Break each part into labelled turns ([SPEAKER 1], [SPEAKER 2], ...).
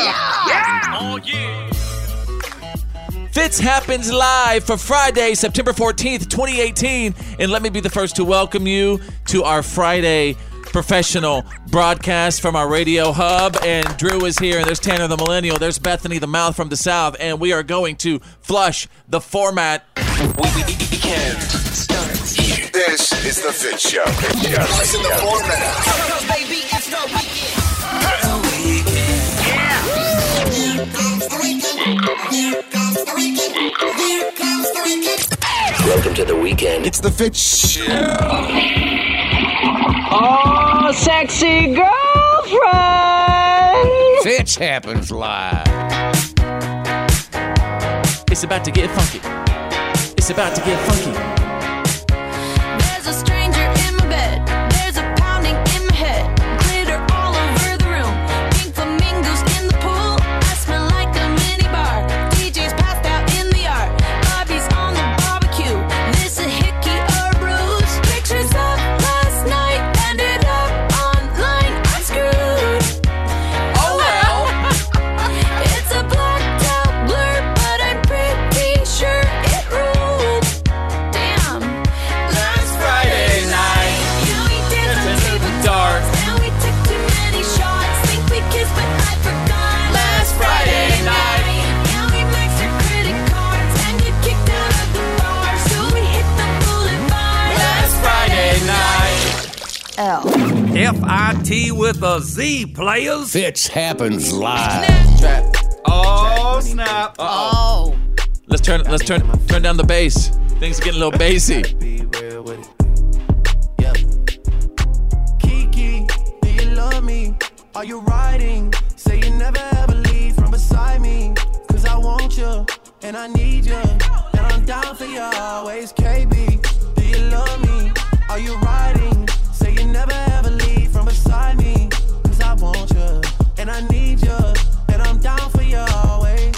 [SPEAKER 1] Fitz happens live for Friday, September 14th, 2018. And let me be the first to welcome you to our Friday professional broadcast from our radio hub. And Drew is here, and there's Tanner the Millennial, there's Bethany the Mouth from the South, and we are going to flush the format.
[SPEAKER 2] This is the Fit Show. Yes. in the format.
[SPEAKER 3] Welcome to the weekend.
[SPEAKER 2] It's the Fit Show.
[SPEAKER 3] Fitch happens live.
[SPEAKER 1] It's about to get funky. It's about to get funky.
[SPEAKER 4] There's a stranger in my bed. There's a pounding in my head. Glitter all over the room. Pink flamingos in the pool. I smell like a minibar. DJ's passed out in the yard. Bobby's on the barbecue. This a hickey or bruise. Pictures of last night ended up online. I'm screwed. Oh well. it's a blacked out blur, but I'm pretty sure it ruled. Damn. Last Friday night, yeah, we danced in the dark. Now we took too many shots. Think we kissed, but I forgot. Last Friday night, now we maxed your credit cards and get kicked out of the bar. So we hit the boulevard. Last Friday night.
[SPEAKER 5] FIT with a Z players.
[SPEAKER 3] Fitch happens live.
[SPEAKER 6] Oh, snap.
[SPEAKER 7] Oh.
[SPEAKER 1] Let's turn let's turn turn down the bass. Things are getting a little bassy.
[SPEAKER 8] Kiki, do you love me? Are you riding? Say you never ever leave from beside me. Cause I want you and I need you. And I'm down for you always, KB. Do you love me? Are you riding? Say you never ever leave from beside me. Cause I want you and I need you. And I'm down for you always.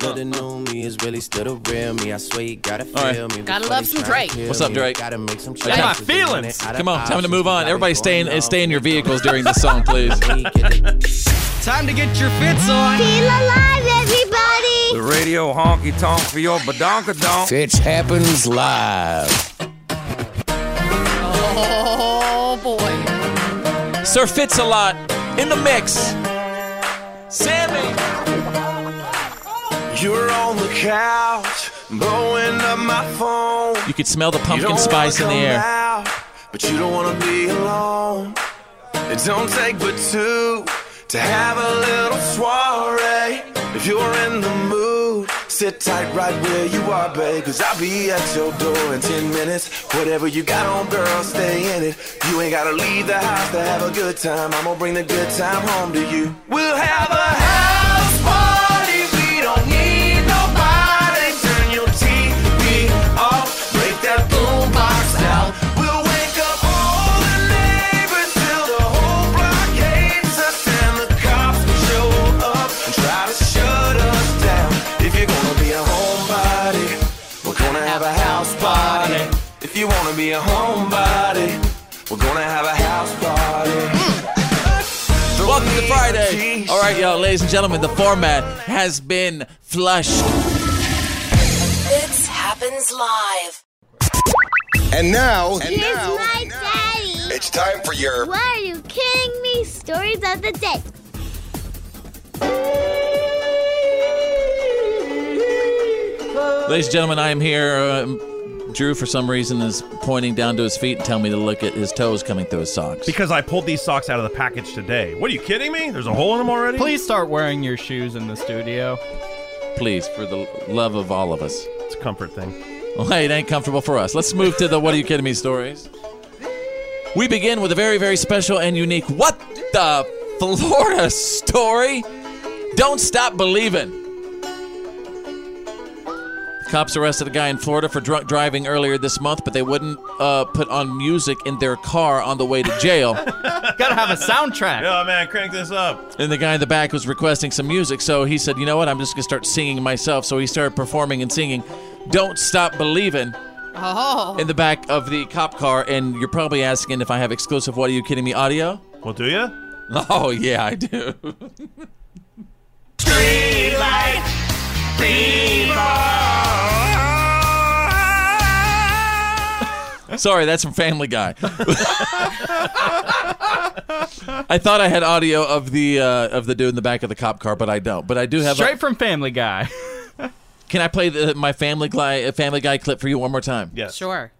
[SPEAKER 8] The new me is really still the real me. I swear you gotta feel
[SPEAKER 1] right.
[SPEAKER 8] me.
[SPEAKER 7] Gotta
[SPEAKER 8] before
[SPEAKER 7] love
[SPEAKER 8] they
[SPEAKER 7] some
[SPEAKER 8] try to
[SPEAKER 7] Drake.
[SPEAKER 8] kill
[SPEAKER 1] What's up,
[SPEAKER 8] me.
[SPEAKER 1] Drake?
[SPEAKER 8] Gotta make some
[SPEAKER 1] got my
[SPEAKER 8] choices, running
[SPEAKER 6] feelings.
[SPEAKER 8] out of
[SPEAKER 1] Come on, time to
[SPEAKER 8] options.
[SPEAKER 1] move on.
[SPEAKER 8] Gotta
[SPEAKER 1] Everybody
[SPEAKER 8] go
[SPEAKER 1] stay in,
[SPEAKER 8] now.
[SPEAKER 1] stay in your vehicles during the song, please.
[SPEAKER 6] Time to get your fits on.
[SPEAKER 9] Feel alive, everybody.
[SPEAKER 5] The radio honky tonk for your badonka donk.
[SPEAKER 3] Fitch happens live.
[SPEAKER 7] Oh, boy.
[SPEAKER 1] Sir Fitz a lot in the mix. Sammy,
[SPEAKER 2] You're on the couch, blowing up my phone.
[SPEAKER 1] you could smell the
[SPEAKER 2] You don't
[SPEAKER 1] pumpkin spice in
[SPEAKER 2] wanna
[SPEAKER 1] the
[SPEAKER 2] come
[SPEAKER 1] air.
[SPEAKER 2] Out, but you don't wanna be alone. It don't take but two to have a little soiree. If you're in the mood, sit tight right where you are, babe. Cause I'll be at your door in 10 minutes. Whatever you got on, girl, stay in it. You ain't gotta leave the house to have a good time. I'm gonna bring the good time home to you. We'll have a house party. We don't need nobody. Turn your TV off. Break that boombox out. We'll wake up all the neighbors till the whole block hates us and the cops will show up and try to shut us down. If you're gonna be a homebody, we're gonna have a house party. If you wanna be a homebody, we're gonna have a house party.
[SPEAKER 1] Welcome to Friday.
[SPEAKER 2] Jeez.
[SPEAKER 1] All right, y'all, ladies and gentlemen, the format has been flushed.
[SPEAKER 4] Fits happens live.
[SPEAKER 2] And now,
[SPEAKER 9] Here's my daddy.
[SPEAKER 2] it's time for your
[SPEAKER 9] Why are you kidding me? Stories of the day.
[SPEAKER 1] Ladies and gentlemen, I am here. Um, Drew, for some reason, is pointing down to his feet and telling me to look at his toes coming through his socks.
[SPEAKER 10] Because I pulled these socks out of the package today. What are you kidding me? There's a hole in them already?
[SPEAKER 6] Please start wearing your shoes in the studio.
[SPEAKER 1] Please, for the love of all of us.
[SPEAKER 10] It's a comfort thing.
[SPEAKER 1] Well, hey, it ain't comfortable for us. Let's move to the What Are You Kidding Me stories. We begin with a very, very special and unique What the Florida story? Don't stop believing. Cops arrested a guy in Florida for drunk driving earlier this month, but they wouldn't uh, put on music in their car on the way to jail.
[SPEAKER 6] Gotta have a soundtrack.
[SPEAKER 10] Yeah, man, crank this up.
[SPEAKER 1] And the guy in the back was requesting some music, so he said, "You know what? I'm just gonna start singing myself." So he started performing and singing "Don't Stop Believin'"
[SPEAKER 4] Oh.
[SPEAKER 1] in the back of the cop car. And you're probably asking if I have exclusive "What Are You Kidding Me" audio.
[SPEAKER 10] Well, do you?
[SPEAKER 1] Oh yeah, I do. Sorry, that's from Family Guy. I thought I had audio of the uh, of the dude in the back of the cop car, but I don't. But I do have.
[SPEAKER 6] Straight from Family Guy.
[SPEAKER 1] Can I play the, my Family Guy Family Guy clip for you one more time?
[SPEAKER 10] Yes.
[SPEAKER 4] Sure.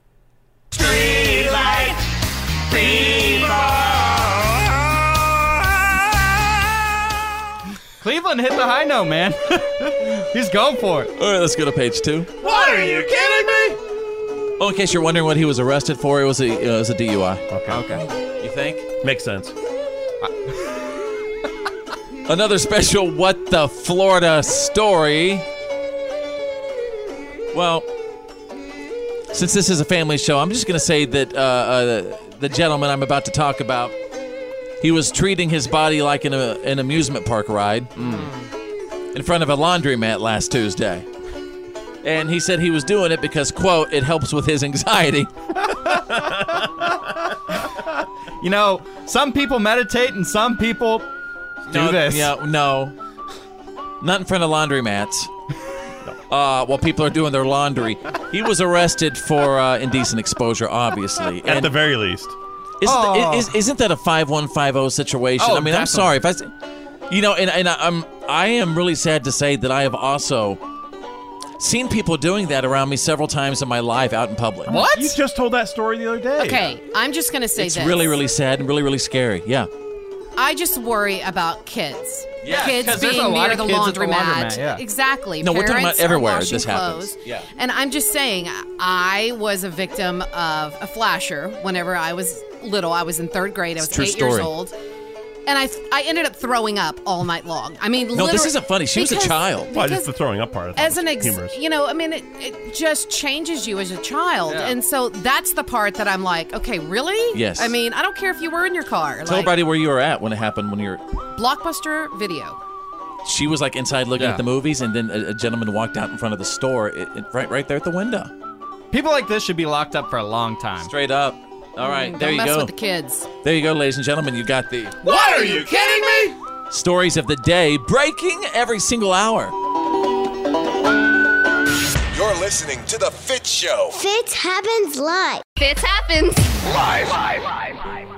[SPEAKER 6] Cleveland hit the high note, man. He's going for it.
[SPEAKER 1] All right, let's go to page two.
[SPEAKER 10] What are you kidding me?
[SPEAKER 1] Oh, in case you're wondering what he was arrested for, it was a uh, it was a DUI.
[SPEAKER 10] Okay.
[SPEAKER 6] Okay.
[SPEAKER 1] You think?
[SPEAKER 10] Makes sense.
[SPEAKER 1] Another special What the Florida story. Well, since this is a family show, I'm just going to say that uh, uh, the gentleman I'm about to talk about, he was treating his body like an, uh, an amusement park ride in front of a laundromat last Tuesday. And he said he was doing it because, quote, it helps with his anxiety.
[SPEAKER 6] You know, some people meditate and some people do
[SPEAKER 1] no,
[SPEAKER 6] this.
[SPEAKER 1] Yeah, no. Not in front of laundromats. Uh, while people are doing their laundry, he was arrested for uh, indecent exposure, obviously.
[SPEAKER 10] At
[SPEAKER 1] And
[SPEAKER 10] the very least.
[SPEAKER 1] isn't,
[SPEAKER 6] Oh.
[SPEAKER 1] is, isn't that a five one five zero situation?
[SPEAKER 6] Oh,
[SPEAKER 1] I mean, I'm sorry if I, s- you know, and, and I- I'm I am really sad to say that I have also seen people doing that around me several times in my life out in public.
[SPEAKER 4] What?
[SPEAKER 10] You just told that story the other day.
[SPEAKER 4] Okay, I'm just gonna say
[SPEAKER 1] It's
[SPEAKER 4] this.
[SPEAKER 1] really really sad and really really scary. Yeah.
[SPEAKER 4] I just worry about kids.
[SPEAKER 1] Yeah,
[SPEAKER 4] kids
[SPEAKER 6] 'cause there's
[SPEAKER 4] being
[SPEAKER 6] a lot
[SPEAKER 4] near
[SPEAKER 6] of
[SPEAKER 4] the,
[SPEAKER 6] kids
[SPEAKER 4] laundromat.
[SPEAKER 6] at the laundromat, yeah.
[SPEAKER 4] Exactly.
[SPEAKER 1] No, we're talking
[SPEAKER 4] Parents
[SPEAKER 1] about everywhere
[SPEAKER 4] are washing
[SPEAKER 1] this happens.
[SPEAKER 4] Clothes.
[SPEAKER 1] Yeah.
[SPEAKER 4] And I'm just saying, I was a victim of a flasher whenever I was little. I was in third grade. I was
[SPEAKER 1] true
[SPEAKER 4] eight
[SPEAKER 1] story.
[SPEAKER 4] years old. And I, I ended up throwing up all night long. I mean,
[SPEAKER 1] No, this
[SPEAKER 4] literally-
[SPEAKER 1] isn't funny. She was a
[SPEAKER 4] because-
[SPEAKER 1] child.
[SPEAKER 10] Why
[SPEAKER 4] because
[SPEAKER 10] just the throwing up part of
[SPEAKER 4] as an ex-
[SPEAKER 10] humorous.
[SPEAKER 4] you know i mean it, it just changes you as a child and so that's the part that i'm like okay really
[SPEAKER 1] Yes.
[SPEAKER 4] i mean i don't care if you were in your car
[SPEAKER 1] Tell
[SPEAKER 4] like,
[SPEAKER 1] everybody where you were at when it happened. When you're
[SPEAKER 4] blockbuster video
[SPEAKER 1] She was like inside looking
[SPEAKER 6] Yeah.
[SPEAKER 1] at the movies, and then a, a gentleman walked out in front of the store, it, it- right, right there at the window,
[SPEAKER 6] People like this should be locked up for a long time.
[SPEAKER 1] straight up. All right,
[SPEAKER 4] Mm, don't
[SPEAKER 1] there you
[SPEAKER 4] mess
[SPEAKER 1] go.
[SPEAKER 4] with the kids
[SPEAKER 1] there you go, ladies and gentlemen. You got the
[SPEAKER 6] What are you kidding me?
[SPEAKER 1] stories of the day breaking every single hour.
[SPEAKER 2] You're listening to The Fit Show.
[SPEAKER 9] Fitz happens live.
[SPEAKER 11] Fits happens.
[SPEAKER 2] Live.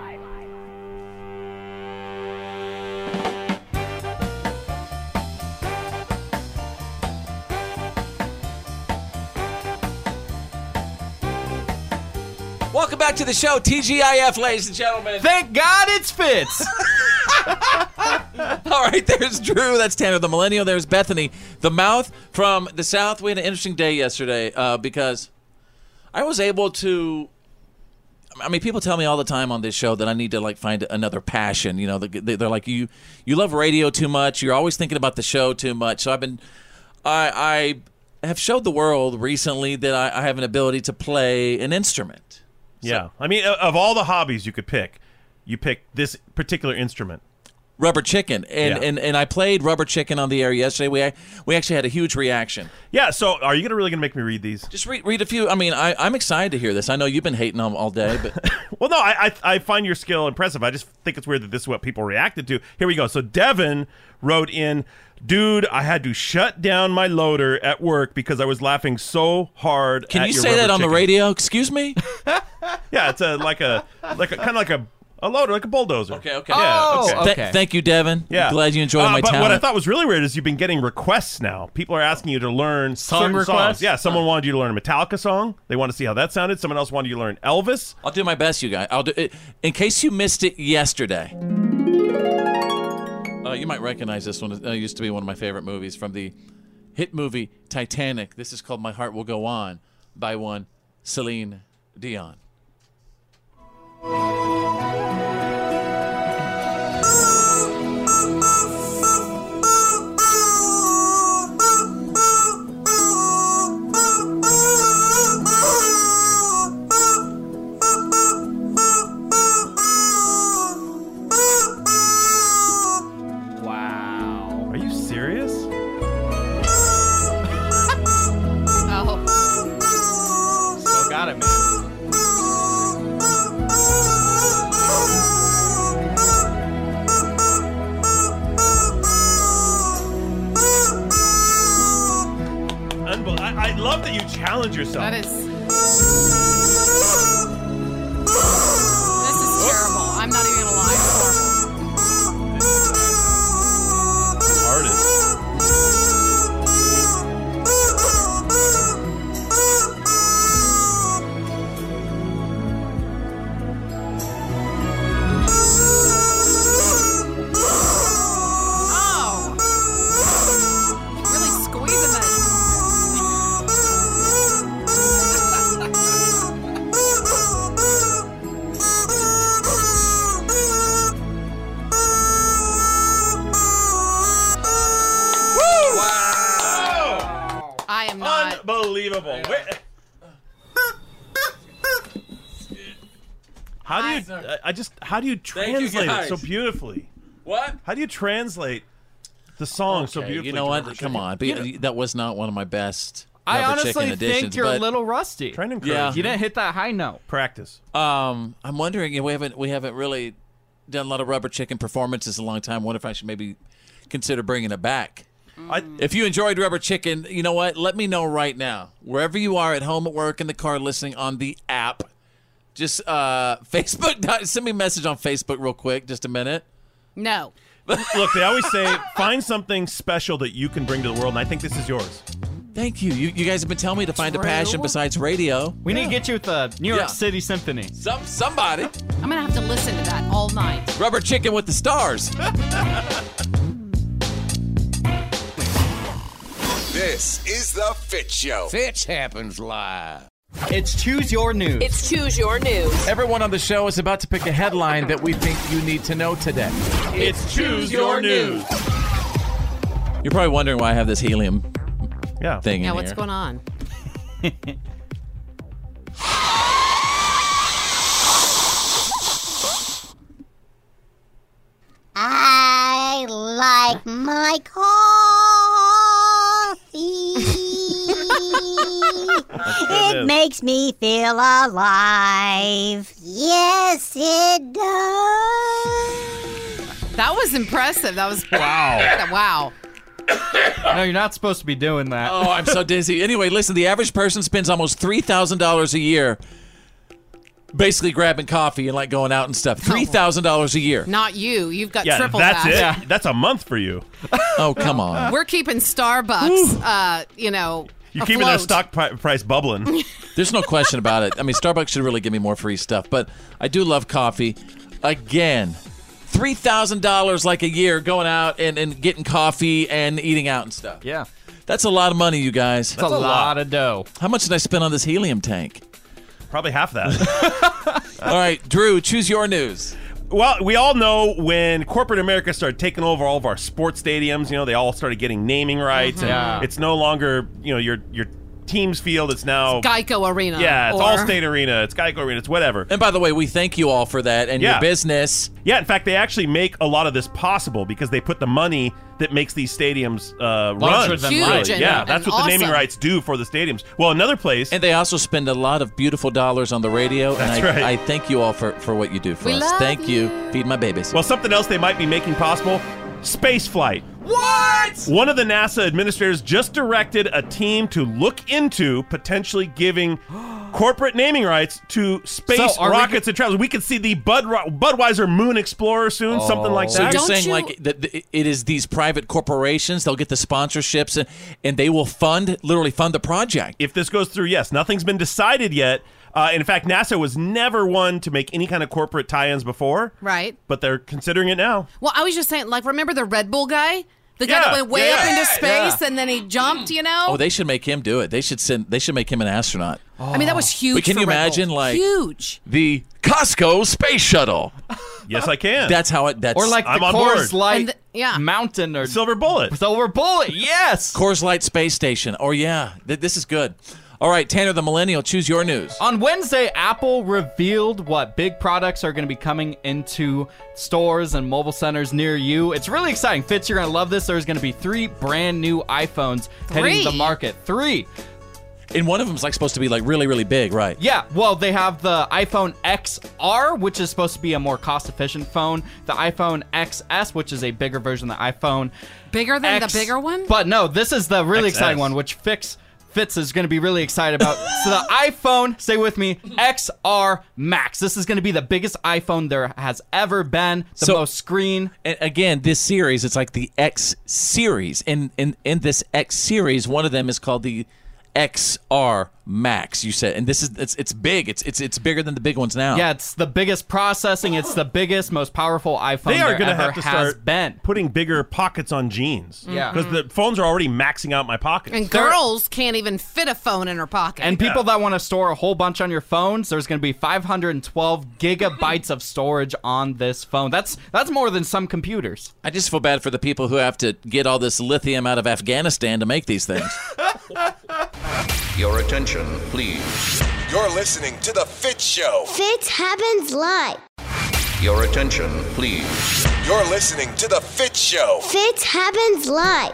[SPEAKER 1] Welcome back to the show, TGIF, ladies and gentlemen.
[SPEAKER 6] Thank God it's Fitz.
[SPEAKER 1] All right, there's Drew. That's Tanner, the millennial. There's Bethany, the mouth from the south. We had an interesting day yesterday uh, because I was able to. I mean, people tell me all the time on this show that I need to like find another passion. You know, they- they're like, you you love radio too much. You're always thinking about the show too much. So I've been, I I have showed the world recently that I, I have an ability to play an instrument.
[SPEAKER 10] yeah. I mean, o- of all the hobbies you could pick, you pick this particular instrument.
[SPEAKER 1] Rubber chicken, and,
[SPEAKER 10] Yeah.
[SPEAKER 1] and and I played rubber chicken on the air yesterday. We we actually had a huge reaction.
[SPEAKER 10] Yeah, so are you gonna really gonna make me read these?
[SPEAKER 1] Just read, read a few. I mean, I, I'm excited to hear this. I know you've been hating them all day, but
[SPEAKER 10] Well, no, I, I I find your skill impressive. I just think it's weird that this is what people reacted to. Here we go. So Devin wrote in, "Dude, I had to shut down my loader at work because I was laughing so hard."
[SPEAKER 1] can
[SPEAKER 10] at
[SPEAKER 1] you
[SPEAKER 10] your
[SPEAKER 1] say
[SPEAKER 10] rubber
[SPEAKER 1] that on the
[SPEAKER 10] chicken."
[SPEAKER 1] radio? Excuse me.
[SPEAKER 10] Yeah, it's a like a like a kind of like a a loader, like a bulldozer.
[SPEAKER 1] Okay, okay.
[SPEAKER 10] Yeah,
[SPEAKER 6] Oh,
[SPEAKER 10] okay.
[SPEAKER 1] Th-
[SPEAKER 6] Okay.
[SPEAKER 1] thank you, Devin.
[SPEAKER 10] Yeah.
[SPEAKER 1] I'm glad you enjoyed
[SPEAKER 10] Uh,
[SPEAKER 1] my
[SPEAKER 10] but
[SPEAKER 1] talent.
[SPEAKER 10] What I thought was really weird is you've been getting requests now. People are asking you to learn
[SPEAKER 6] Song
[SPEAKER 10] certain
[SPEAKER 6] requests?
[SPEAKER 10] Songs. Yeah, someone wanted you to learn a Metallica song. They want to see how that sounded. Someone else wanted you to learn Elvis.
[SPEAKER 1] I'll do my best, you guys. I'll do it. In case you missed it yesterday, uh, you might recognize this one. It uh, used to be one of my favorite movies from the hit movie Titanic. This is called "My Heart Will Go On" by one Celine Dion.
[SPEAKER 10] serious?
[SPEAKER 6] Still got it, man.
[SPEAKER 10] Unbel- I, I love that you challenge yourself.
[SPEAKER 4] That is. This is terrible. I'm not even gonna lie. It's horrible.
[SPEAKER 10] artist.
[SPEAKER 4] Oh! Really squeezing that. I am not.
[SPEAKER 10] Unbelievable. Wait- How do you? I- I just. How do you
[SPEAKER 12] you,
[SPEAKER 10] translate it so
[SPEAKER 12] guys.
[SPEAKER 10] beautifully?
[SPEAKER 12] What?
[SPEAKER 10] How do you translate the song so
[SPEAKER 1] Okay,
[SPEAKER 10] beautifully?
[SPEAKER 1] you know
[SPEAKER 10] to
[SPEAKER 1] what?
[SPEAKER 10] Rubber
[SPEAKER 1] Come
[SPEAKER 10] Chicken?
[SPEAKER 1] on, but that was not one of my best.
[SPEAKER 6] I
[SPEAKER 1] rubber
[SPEAKER 6] honestly
[SPEAKER 1] chicken
[SPEAKER 6] think
[SPEAKER 1] editions,
[SPEAKER 6] you're a
[SPEAKER 1] but,
[SPEAKER 6] little rusty.
[SPEAKER 10] Trying to encourage.
[SPEAKER 1] Yeah.
[SPEAKER 6] You didn't hit that high note.
[SPEAKER 10] practice.
[SPEAKER 1] Um, I'm wondering if we haven't we haven't really done a lot of rubber chicken performances in a long time. Wonder if I should maybe consider bringing it back.
[SPEAKER 10] I,
[SPEAKER 1] If you enjoyed Rubber Chicken, you know what? Let me know right now. Wherever you are at home, at work, in the car, listening on the app, just uh, Facebook. dot- Send me a message on Facebook real quick, just a minute.
[SPEAKER 4] No.
[SPEAKER 10] look, they always say find something special that you can bring to the world, and I think this is yours.
[SPEAKER 1] Thank you. You, you guys have been telling me to find a passion besides radio.
[SPEAKER 6] We need to get you with the New York
[SPEAKER 1] Yeah.
[SPEAKER 6] City Symphony.
[SPEAKER 1] Some somebody.
[SPEAKER 4] I'm gonna have to listen to that all night.
[SPEAKER 1] Rubber Chicken with the stars.
[SPEAKER 2] This is the Fit Show.
[SPEAKER 1] Fitch happens live.
[SPEAKER 6] It's Choose Your News.
[SPEAKER 13] It's Choose Your News.
[SPEAKER 1] Everyone on the show is about to pick a headline that we think you need to know today.
[SPEAKER 10] It's choose your news.
[SPEAKER 1] You're probably wondering why I have this helium
[SPEAKER 10] Yeah.
[SPEAKER 1] thing
[SPEAKER 4] Yeah,
[SPEAKER 1] in
[SPEAKER 4] what's
[SPEAKER 1] here.
[SPEAKER 4] going on?
[SPEAKER 9] I like my coffee.
[SPEAKER 10] There it
[SPEAKER 9] it
[SPEAKER 10] is.
[SPEAKER 9] makes me feel alive. Yes, it does.
[SPEAKER 4] That was impressive. That was wow. wow.
[SPEAKER 6] No, you're not supposed to be doing that.
[SPEAKER 1] Oh, I'm so dizzy. Anyway, listen, the average person spends almost $3,000 a year basically grabbing coffee and like going out and stuff. $3,000 a year.
[SPEAKER 4] Not you. You've got
[SPEAKER 10] Yeah,
[SPEAKER 4] triple
[SPEAKER 10] that's
[SPEAKER 4] that.
[SPEAKER 10] it. That's a month for you.
[SPEAKER 1] Oh, come on.
[SPEAKER 4] We're keeping Starbucks. Uh, you know.
[SPEAKER 10] You're keeping their
[SPEAKER 4] afloat.
[SPEAKER 10] stock pri- price bubbling.
[SPEAKER 1] There's no question about it. I mean, Starbucks should really give me more free stuff, but I do love coffee. Again, $3,000 like a year going out and, and getting coffee and eating out and stuff.
[SPEAKER 6] Yeah.
[SPEAKER 1] That's a lot of money, you guys.
[SPEAKER 6] That's a lot of dough.
[SPEAKER 1] How much did I spend on this helium tank?
[SPEAKER 10] Probably half that.
[SPEAKER 1] All right, Drew, choose your news.
[SPEAKER 10] Well, we all know when corporate America started taking over all of our sports stadiums, you know, they all started getting naming rights. And
[SPEAKER 6] Yeah.
[SPEAKER 4] Mm-hmm.
[SPEAKER 10] It's no longer, you know, your your team's field. It's now,
[SPEAKER 4] Geico Arena.
[SPEAKER 10] yeah, it's
[SPEAKER 4] or-
[SPEAKER 10] Allstate Arena, it's Geico Arena, it's whatever.
[SPEAKER 1] And by the way, we thank you all for that and
[SPEAKER 10] Yeah.
[SPEAKER 1] your business.
[SPEAKER 10] Yeah, in fact, they actually make a lot of this possible because they put the money that makes these stadiums uh,
[SPEAKER 6] Larger
[SPEAKER 10] run.
[SPEAKER 6] than
[SPEAKER 4] Huge life. and-
[SPEAKER 10] yeah,
[SPEAKER 4] and
[SPEAKER 10] that's what the naming
[SPEAKER 4] awesome.
[SPEAKER 10] rights do for the stadiums. Well, another place.
[SPEAKER 1] And they also spend a lot of beautiful dollars on the radio.
[SPEAKER 10] That's
[SPEAKER 1] and I,
[SPEAKER 10] right.
[SPEAKER 1] I thank you all for, for what you do for
[SPEAKER 4] We
[SPEAKER 1] us.
[SPEAKER 4] love
[SPEAKER 1] thank you. Feed my babies.
[SPEAKER 10] well, something else they might be making possible: space flight.
[SPEAKER 1] what?
[SPEAKER 10] One of the NASA administrators just directed a team to look into potentially giving corporate naming rights to space
[SPEAKER 6] So are we
[SPEAKER 10] rockets and travelers. We could see the Bud Budweiser Moon Explorer soon, something like
[SPEAKER 1] So
[SPEAKER 10] that.
[SPEAKER 1] you're
[SPEAKER 4] Don't
[SPEAKER 1] saying
[SPEAKER 4] you-
[SPEAKER 1] like that th- it is these private corporations, they'll get the sponsorships and, and they will fund, literally fund the project.
[SPEAKER 10] if this goes through, yes, nothing's been decided yet. Uh, in fact, NASA was never one to make any kind of corporate tie-ins before,
[SPEAKER 4] Right.
[SPEAKER 10] But they're considering it now.
[SPEAKER 4] Well, I was just saying, like, remember the Red Bull guy? The guy
[SPEAKER 10] Yeah,
[SPEAKER 4] that went way
[SPEAKER 10] yeah,
[SPEAKER 4] up
[SPEAKER 10] yeah.
[SPEAKER 4] into space and then he jumped, you know?
[SPEAKER 1] Oh, they should make him do it. They should send they should make him an astronaut.
[SPEAKER 4] I mean, that was huge.
[SPEAKER 1] Oh. But can
[SPEAKER 4] for
[SPEAKER 1] you
[SPEAKER 4] Red Bull.
[SPEAKER 1] imagine, like-
[SPEAKER 4] Huge.
[SPEAKER 1] The Costco space shuttle.
[SPEAKER 10] Yes, I can.
[SPEAKER 1] That's how it that's
[SPEAKER 6] Or like
[SPEAKER 10] I'm
[SPEAKER 6] the
[SPEAKER 10] on
[SPEAKER 6] Coors
[SPEAKER 10] board.
[SPEAKER 6] Light
[SPEAKER 4] And the- yeah.
[SPEAKER 6] Mountain or
[SPEAKER 10] silver bullet.
[SPEAKER 6] Silver Bullet. Yes.
[SPEAKER 1] Coors Light Space Station. Oh yeah, Th- this is good. All right, Tanner the Millennial, choose your news.
[SPEAKER 6] On Wednesday, Apple revealed what big products are going to be coming into stores and mobile centers near you. It's really exciting. Fitz, you're going to love this. There's going to be three brand new iPhones heading to the
[SPEAKER 1] Three?
[SPEAKER 6] market. Three.
[SPEAKER 1] And one of them's like supposed to be like really, really big, right?
[SPEAKER 6] Yeah, well, they have the iPhone XR, which is supposed to be a more cost efficient phone, the iPhone XS, which is a bigger version of the iPhone.
[SPEAKER 4] Bigger than
[SPEAKER 6] X-
[SPEAKER 4] the bigger one?
[SPEAKER 6] But no, this is the really
[SPEAKER 4] XS.
[SPEAKER 6] exciting one, which Fix Fitz is going to be really excited about. so the iPhone, stay with me, XR Max. This is going to be the biggest iPhone there has ever been. The most screen.
[SPEAKER 1] And again, this series, it's like the X series. And in, in this X series, one of them is called the XR Max. You said, and this is it's it's big. It's it's it's bigger than the big ones now.
[SPEAKER 6] Yeah, it's the biggest processing. It's the biggest, most powerful iPhone
[SPEAKER 10] They are
[SPEAKER 6] there
[SPEAKER 10] going to
[SPEAKER 6] ever
[SPEAKER 10] have to
[SPEAKER 6] has
[SPEAKER 10] start putting bigger pockets on jeans.
[SPEAKER 6] Yeah.
[SPEAKER 10] Because the phones are already maxing out my pockets.
[SPEAKER 4] And girls can't even fit a phone in her pocket.
[SPEAKER 6] And people that want to store a whole bunch on your phones, there's going to be 512 gigabytes of storage on this phone. That's that's more than some computers.
[SPEAKER 1] I just feel bad for the people who have to get all this lithium out of Afghanistan to make these things.
[SPEAKER 13] Your attention, please.
[SPEAKER 2] You're listening to The Fit Show.
[SPEAKER 13] Fits happens live. Your attention, please.
[SPEAKER 2] You're listening to The Fit Show.
[SPEAKER 13] Fits happens live.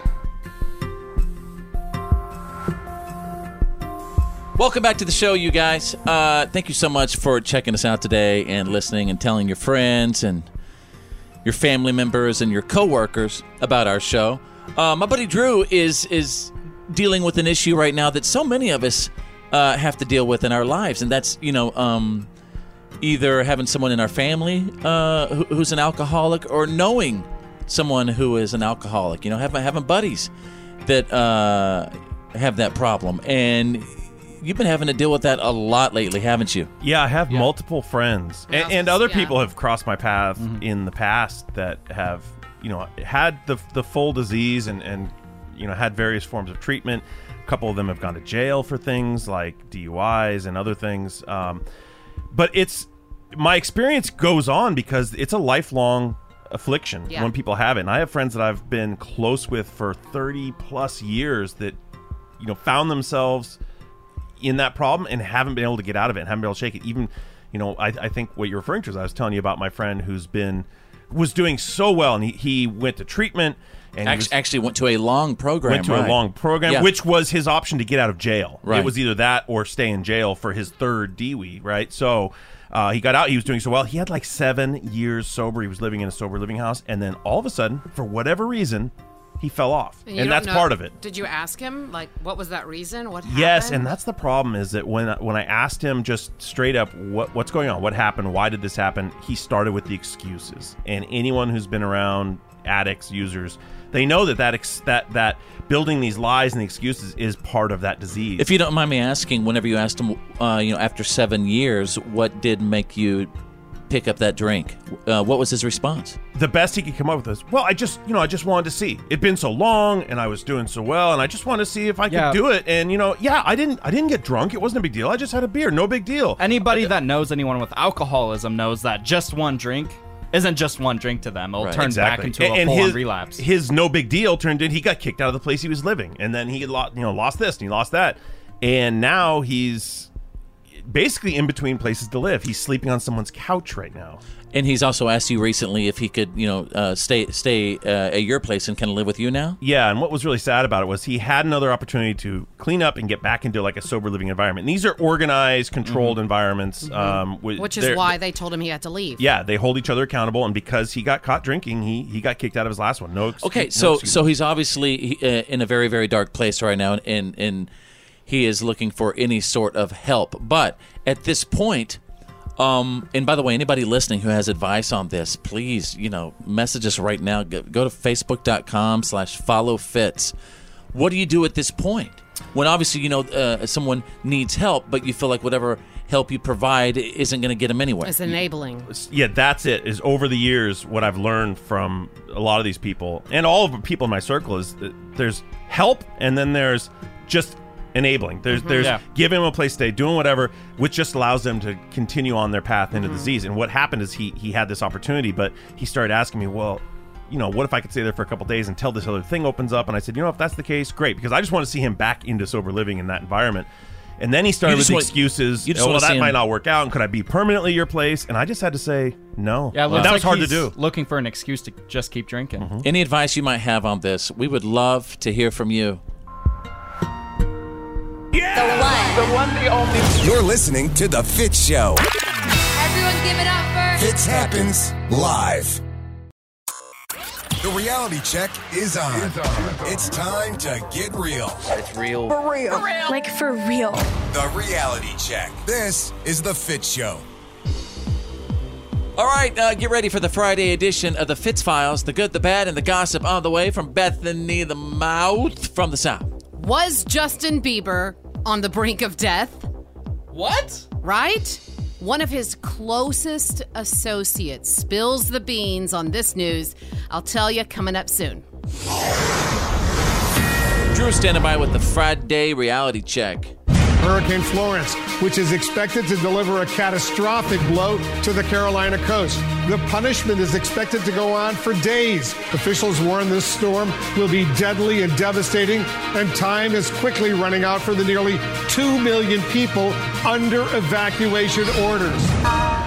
[SPEAKER 1] Welcome back to the show, you guys. Uh, thank you so much for checking us out today and listening and telling your friends and your family members and your coworkers about our show. Uh, my buddy Drew is is dealing with an issue right now that so many of us uh, have to deal with in our lives, and that's you know um, either having someone in our family uh, who, who's an alcoholic or knowing someone who is an alcoholic. You know, having having buddies that uh, have that problem, and you've been having to deal with that a lot lately, haven't you?
[SPEAKER 10] Yeah, I have multiple friends, A- and, other people have crossed my path in the past that have, you know, had the the full disease and and you know had various forms of treatment. A couple of them have gone to jail for things like DUIs and other things. Um, but it's my experience goes on because it's a lifelong affliction
[SPEAKER 14] Yeah.
[SPEAKER 10] when people have it. And I have friends that I've been close with for thirty plus years that, you know, found themselves in that problem and haven't been able to get out of it and haven't been able to shake it. Even, you know, I, I think what you're referring to is I was telling you about my friend who's been was doing so well and he, he went to treatment and he
[SPEAKER 1] Act-
[SPEAKER 10] was-
[SPEAKER 1] actually went to a long program.
[SPEAKER 10] went to
[SPEAKER 1] right?
[SPEAKER 10] a long program,
[SPEAKER 1] Yeah.
[SPEAKER 10] which was his option to get out of jail.
[SPEAKER 1] Right.
[SPEAKER 10] It was either that or stay in jail for his third DWI, right? So uh, he got out. He was doing so well. He had like seven years sober. He was living in a sober living house, and then all of a sudden, for whatever reason, he fell off,
[SPEAKER 4] you
[SPEAKER 10] and
[SPEAKER 4] don't
[SPEAKER 10] that's
[SPEAKER 4] know-
[SPEAKER 10] part of it.
[SPEAKER 4] Did you ask him like what was that reason? What happened?
[SPEAKER 10] Yes, and that's the problem is that when when I asked him just straight up what what's going on, what happened, why did this happen, he started with the excuses. And anyone who's been around addicts, users, they know that that ex- that that building these lies and the excuses is part of that disease.
[SPEAKER 1] If you don't mind me asking, whenever you asked him, uh, you know, after seven years, what did make you pick up that drink? Uh, what was his response?
[SPEAKER 10] the best he could come up with is, well, I just, you know, I just wanted to see. It'd been so long, and I was doing so well, and I just wanted to see if I could
[SPEAKER 6] Yeah.
[SPEAKER 10] do it. And you know, yeah, I didn't, I didn't get drunk. It wasn't a big deal. I just had a beer. No big deal.
[SPEAKER 6] Anybody that knows anyone with alcoholism knows that just one drink isn't just one drink to them. It'll turn back into a full-on
[SPEAKER 10] his,
[SPEAKER 6] relapse.
[SPEAKER 10] His no big deal turned in he got kicked out of the place he was living, and then he lost, you know, lost this and he lost that, and now he's basically in between places to live. He's sleeping on someone's couch right now.
[SPEAKER 1] And he's also asked you recently if he could, you know, uh, stay stay uh, at your place and kind of live with you now.
[SPEAKER 10] Yeah, and what was really sad about it was he had another opportunity to clean up and get back into like a sober living environment. And these are organized, controlled
[SPEAKER 6] Mm-hmm.
[SPEAKER 10] environments, um, wi-
[SPEAKER 4] Which is
[SPEAKER 10] they're-
[SPEAKER 4] why they told him he had to leave.
[SPEAKER 10] Yeah, they hold each other accountable, and because he got caught drinking, he he got kicked out of his last one. No. Excuse,
[SPEAKER 1] Okay,
[SPEAKER 10] no
[SPEAKER 1] so
[SPEAKER 10] excuse.
[SPEAKER 1] so he's obviously uh, in a very very dark place right now, and and he is looking for any sort of help. But at this point, um, and by the way, anybody listening who has advice on this, please you know message us right now. Go, go to facebook.com/slash follow fits. What do you do at this point when obviously you know uh, someone needs help, but you feel like whatever help you provide isn't going to get them anywhere?
[SPEAKER 4] It's enabling.
[SPEAKER 10] yeah, that's it. Is over the years what I've learned from a lot of these people and all of the people in my circle is that there's help and then there's just enabling. There's
[SPEAKER 1] Mm-hmm.
[SPEAKER 14] Mhm.
[SPEAKER 10] there's
[SPEAKER 14] Yeah.
[SPEAKER 10] giving them a place to stay, doing whatever, which just allows them to continue on their path into
[SPEAKER 14] Mhm.
[SPEAKER 1] Mm-hmm.
[SPEAKER 10] disease. And what happened is he he had this opportunity, but he started asking me, well. You know, what if I could stay there for a couple days until this other thing opens up? And I said, you know, if that's the case, great, because I just want to see him back into sober living in that environment. And then he started
[SPEAKER 1] You
[SPEAKER 10] with
[SPEAKER 1] just
[SPEAKER 10] the
[SPEAKER 1] want-
[SPEAKER 10] excuses.
[SPEAKER 1] you just
[SPEAKER 10] oh, well,
[SPEAKER 1] wanna see
[SPEAKER 10] that
[SPEAKER 1] him-
[SPEAKER 10] might not work out. And could I be permanently your place? And I just had to say no.
[SPEAKER 6] Yeah, it looks
[SPEAKER 10] that
[SPEAKER 6] like
[SPEAKER 10] was hard to
[SPEAKER 6] he's
[SPEAKER 10] do. Mm-hmm.
[SPEAKER 6] Looking for an excuse to just keep drinking.
[SPEAKER 1] Any advice you might have on this? We would love to hear from you.
[SPEAKER 2] The one, the only. You're listening to The Fit Show.
[SPEAKER 11] Everyone give it up for
[SPEAKER 2] Fits happens live. The reality check is on. It's, time to get real. It's real.
[SPEAKER 14] real. Like for real.
[SPEAKER 2] The reality check. This is The Fit Show.
[SPEAKER 1] All right, uh, get ready for the Friday edition of the Fitz Files, the good, the bad, and the gossip on the way from Bethany the Mouth from the South.
[SPEAKER 4] Was Justin Bieber on the brink of death? What? Right? One of his closest associates spills the beans on this news. I'll tell you coming up soon.
[SPEAKER 1] Drew standing by with the Friday reality check.
[SPEAKER 15] Hurricane Florence, which is expected to deliver a catastrophic blow to the Carolina coast. The punishment is expected to go on for days. Officials warn this storm will be deadly and devastating, and time is quickly running out for the nearly 2 million people under evacuation orders.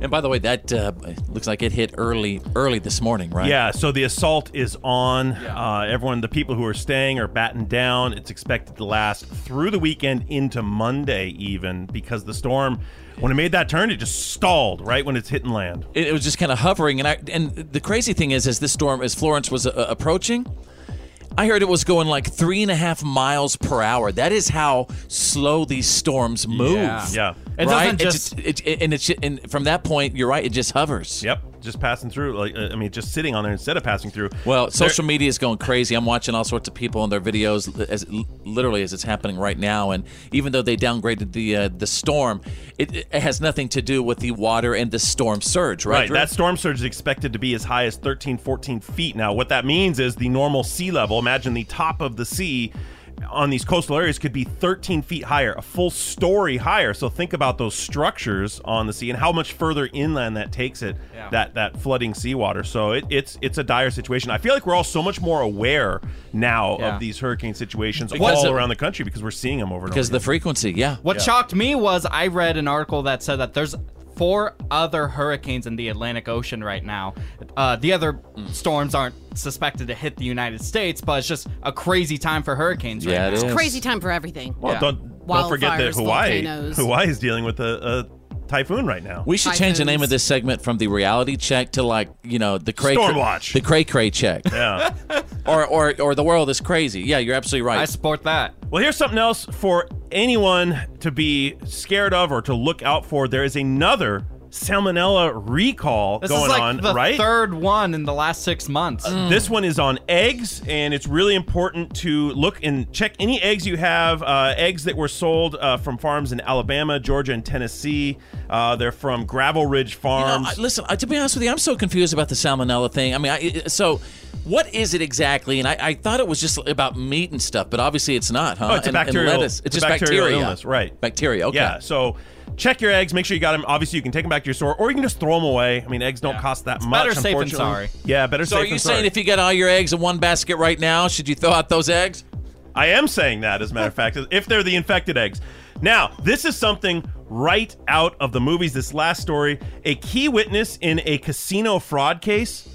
[SPEAKER 1] And by the way, that uh, looks like it hit early, early this morning, right?
[SPEAKER 10] Yeah, so the assault is on. Uh, everyone, the people who are staying are battened down. It's expected to last through the weekend into Monday, even because the storm, when it made that turn, it just stalled right when it's hitting land.
[SPEAKER 1] It, it was just kind of hovering, and I and the crazy thing is, as this storm, as Florence was uh, approaching, I heard it was going like three and a half miles per hour. That is how slow these storms move.
[SPEAKER 10] Yeah. Yeah. It
[SPEAKER 1] It
[SPEAKER 10] doesn't
[SPEAKER 1] right?
[SPEAKER 10] just-
[SPEAKER 1] It it- and it's and from that point, you're right. It just hovers.
[SPEAKER 10] Yep, just passing through. Like uh, I mean, just sitting on there instead of passing through.
[SPEAKER 1] Well,
[SPEAKER 10] There-
[SPEAKER 1] social media is going crazy. I'm watching all sorts of people and their videos, li- as li- literally as it's happening right now. And even though they downgraded the uh, the storm, it, it has nothing to do with the water and the storm surge, right?
[SPEAKER 10] Right,
[SPEAKER 1] Drew?
[SPEAKER 10] that storm surge is expected to be as high as 13, 14 feet. Now, what that means is the normal sea level, imagine the top of the sea on these coastal areas could be 13 feet higher, a full story higher. So think about those structures on the sea and how much further inland that takes it,
[SPEAKER 16] Yeah.
[SPEAKER 10] that that flooding seawater. So it, it's it's a dire situation. I feel like we're all so much more aware now
[SPEAKER 6] Yeah.
[SPEAKER 10] of these hurricane situations
[SPEAKER 6] Because
[SPEAKER 10] all
[SPEAKER 6] of-
[SPEAKER 10] around the country because we're seeing them over and
[SPEAKER 1] because
[SPEAKER 10] over.
[SPEAKER 1] the frequency, yeah.
[SPEAKER 6] What
[SPEAKER 10] Yeah.
[SPEAKER 6] shocked me was I read an article that said that there's four other hurricanes in the Atlantic Ocean right now. Uh, the other
[SPEAKER 10] Mm.
[SPEAKER 6] storms aren't suspected to hit the United States, but it's just a crazy time for hurricanes right
[SPEAKER 10] Yeah,
[SPEAKER 6] now.
[SPEAKER 10] it
[SPEAKER 4] It's a crazy time for everything.
[SPEAKER 10] Well, don't don't forget that
[SPEAKER 4] Wildfires,
[SPEAKER 10] Hawaii
[SPEAKER 4] volcanoes.
[SPEAKER 10] Hawaii is dealing with a, a typhoon right now.
[SPEAKER 1] We should change the name of this segment from the reality check to like you know the cray
[SPEAKER 10] Storm watch.
[SPEAKER 1] the cray cray check.
[SPEAKER 10] Yeah.
[SPEAKER 1] or or or the world is crazy. Yeah, you're absolutely right. I
[SPEAKER 6] support that.
[SPEAKER 10] Well, here's something else for anyone to be scared of or to look out for. There is another salmonella recall
[SPEAKER 6] This
[SPEAKER 10] going
[SPEAKER 6] is like
[SPEAKER 10] on,
[SPEAKER 6] the
[SPEAKER 10] right?
[SPEAKER 6] third one in the last six months.
[SPEAKER 10] Uh, This one is on eggs, and it's really important to look and check any eggs you have. Uh, eggs that were sold uh, from farms in Alabama, Georgia, and Tennessee. Uh, they're from Gravel Ridge Farms.
[SPEAKER 1] I- listen, I, to be honest with you, I'm so confused about the salmonella thing. I mean, I, I- so what is it exactly? And I, I thought it was just about meat and stuff, but obviously it's not, huh?
[SPEAKER 10] Oh, it's a
[SPEAKER 1] And- and
[SPEAKER 10] bacterial.
[SPEAKER 1] lettuce. It's,
[SPEAKER 10] a
[SPEAKER 1] just
[SPEAKER 10] bacterial
[SPEAKER 1] bacteria.
[SPEAKER 10] illness, right?
[SPEAKER 1] Bacteria. Okay.
[SPEAKER 10] Yeah. So check your eggs. Make sure you got them. Obviously, you can take them back to your store, or you can just throw them away. I mean, eggs don't cost that much.
[SPEAKER 1] better safe than
[SPEAKER 10] unfortunately.
[SPEAKER 1] sorry.
[SPEAKER 10] Yeah, better
[SPEAKER 1] So
[SPEAKER 10] safe
[SPEAKER 1] are you
[SPEAKER 10] than
[SPEAKER 1] saying
[SPEAKER 10] sorry.
[SPEAKER 1] if you got all your eggs in one basket right now, should you throw out those eggs?
[SPEAKER 10] I am saying that, as a matter of fact, if they're the infected eggs. Now, this is something right out of the movies. This last story a key witness in a casino fraud case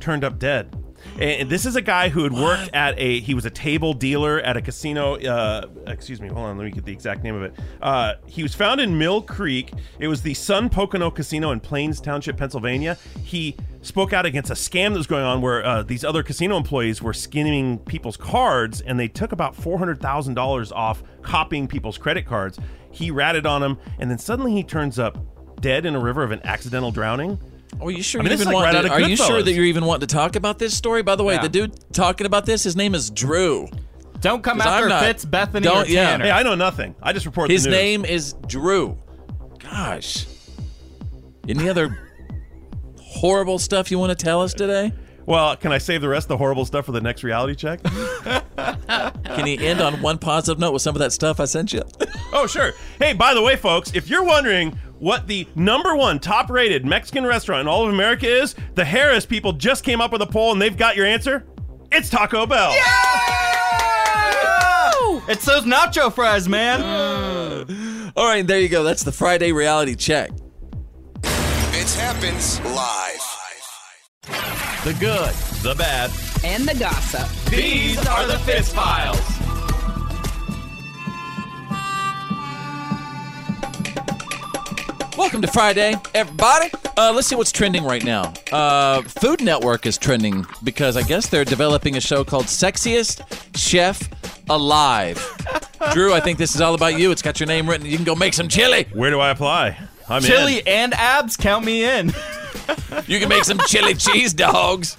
[SPEAKER 10] turned up dead. And this is a guy who had worked at a he was a table dealer at a casino. Uh, excuse me, hold on, let me get the exact name of it. Uh, he was found in Mill Creek. It was the Sun Pocono Casino in Plains Township, Pennsylvania. He spoke out against a scam that was going on where uh, these other casino employees were skimming people's cards, and they took about four hundred thousand dollars off copying people's credit cards. He ratted on them, and then suddenly he turns up dead in a river of an accidental drowning.
[SPEAKER 1] Are you sure?
[SPEAKER 10] I mean,
[SPEAKER 1] you
[SPEAKER 10] this
[SPEAKER 1] even
[SPEAKER 10] is like
[SPEAKER 1] want
[SPEAKER 10] right
[SPEAKER 1] to-
[SPEAKER 10] out of
[SPEAKER 1] are you sure
[SPEAKER 10] Goodfellas.
[SPEAKER 1] that you're even wanting to talk about this story? By the way,
[SPEAKER 10] Yeah.
[SPEAKER 1] the dude talking about this, his name is Drew.
[SPEAKER 6] Don't come
[SPEAKER 1] 'Cause
[SPEAKER 6] after
[SPEAKER 1] I'm not-
[SPEAKER 6] Fitz, Bethany, or
[SPEAKER 1] Don't- yeah.
[SPEAKER 6] Tanner.
[SPEAKER 1] Hey, I
[SPEAKER 10] know nothing. I just report
[SPEAKER 1] His name is Drew. Gosh. Any other horrible stuff you want to tell us today?
[SPEAKER 10] Well, can I save the rest of the horrible stuff for the next reality check?
[SPEAKER 1] Can you end on one positive note with some of that stuff I sent you?
[SPEAKER 10] oh, sure. Hey, by the way, folks, if you're wondering what the number one top rated Mexican restaurant in all of America is, the Harris people just came up with a poll and they've got your answer. It's Taco Bell.
[SPEAKER 11] Woo!
[SPEAKER 6] It's those nacho fries, man.
[SPEAKER 1] Mm. All right, there you go. That's the Friday reality check.
[SPEAKER 2] It happens live.
[SPEAKER 1] The good, the bad,
[SPEAKER 16] and the gossip.
[SPEAKER 17] These are the Fist Files.
[SPEAKER 1] Welcome to Friday, everybody. Uh, let's see what's trending right now. Uh, Food Network is trending because I guess they're developing a show called Sexiest Chef Alive. Drew, I think this is all about you. It's got your name written. You can go make some chili.
[SPEAKER 10] Where do I apply? I'm
[SPEAKER 6] Chili
[SPEAKER 10] in.
[SPEAKER 6] and abs, count me in.
[SPEAKER 1] You can make some chili cheese dogs.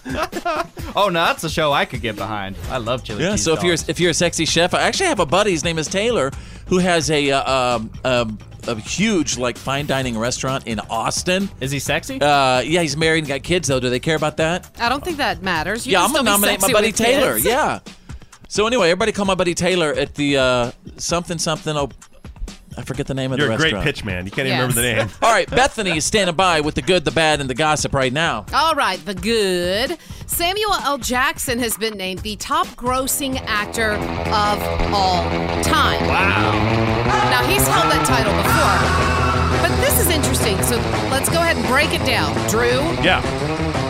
[SPEAKER 6] oh no, that's a show I could get behind. I love chili.
[SPEAKER 1] Yeah.
[SPEAKER 6] cheese
[SPEAKER 1] so if
[SPEAKER 6] dogs.
[SPEAKER 1] you're if you're a sexy chef, I actually have a buddy. His name is Taylor, who has a uh, um, um, a huge like fine dining restaurant in Austin.
[SPEAKER 6] Is he sexy?
[SPEAKER 1] Uh, yeah, he's married and got kids though. Do they care about that?
[SPEAKER 4] I don't think that matters. You
[SPEAKER 1] yeah,
[SPEAKER 4] can
[SPEAKER 1] I'm
[SPEAKER 4] still
[SPEAKER 1] gonna
[SPEAKER 4] be
[SPEAKER 1] nominate my
[SPEAKER 4] sexy
[SPEAKER 1] buddy
[SPEAKER 4] with
[SPEAKER 1] Taylor.
[SPEAKER 4] kids.
[SPEAKER 1] Yeah. So anyway, everybody call my buddy Taylor at the uh, something something. Oh, I forget the name of
[SPEAKER 10] You're
[SPEAKER 1] the
[SPEAKER 10] a great
[SPEAKER 1] restaurant.
[SPEAKER 10] pitch man. You can't even remember the name.
[SPEAKER 1] All right, Bethany is standing by with the good, the bad, and the gossip right now.
[SPEAKER 4] All right, the good. Samuel L. Jackson has been named the top grossing actor of all time. Wow. Now, he's held that title before, but this is interesting. So let's go ahead and break it down. Drew,
[SPEAKER 10] Yeah.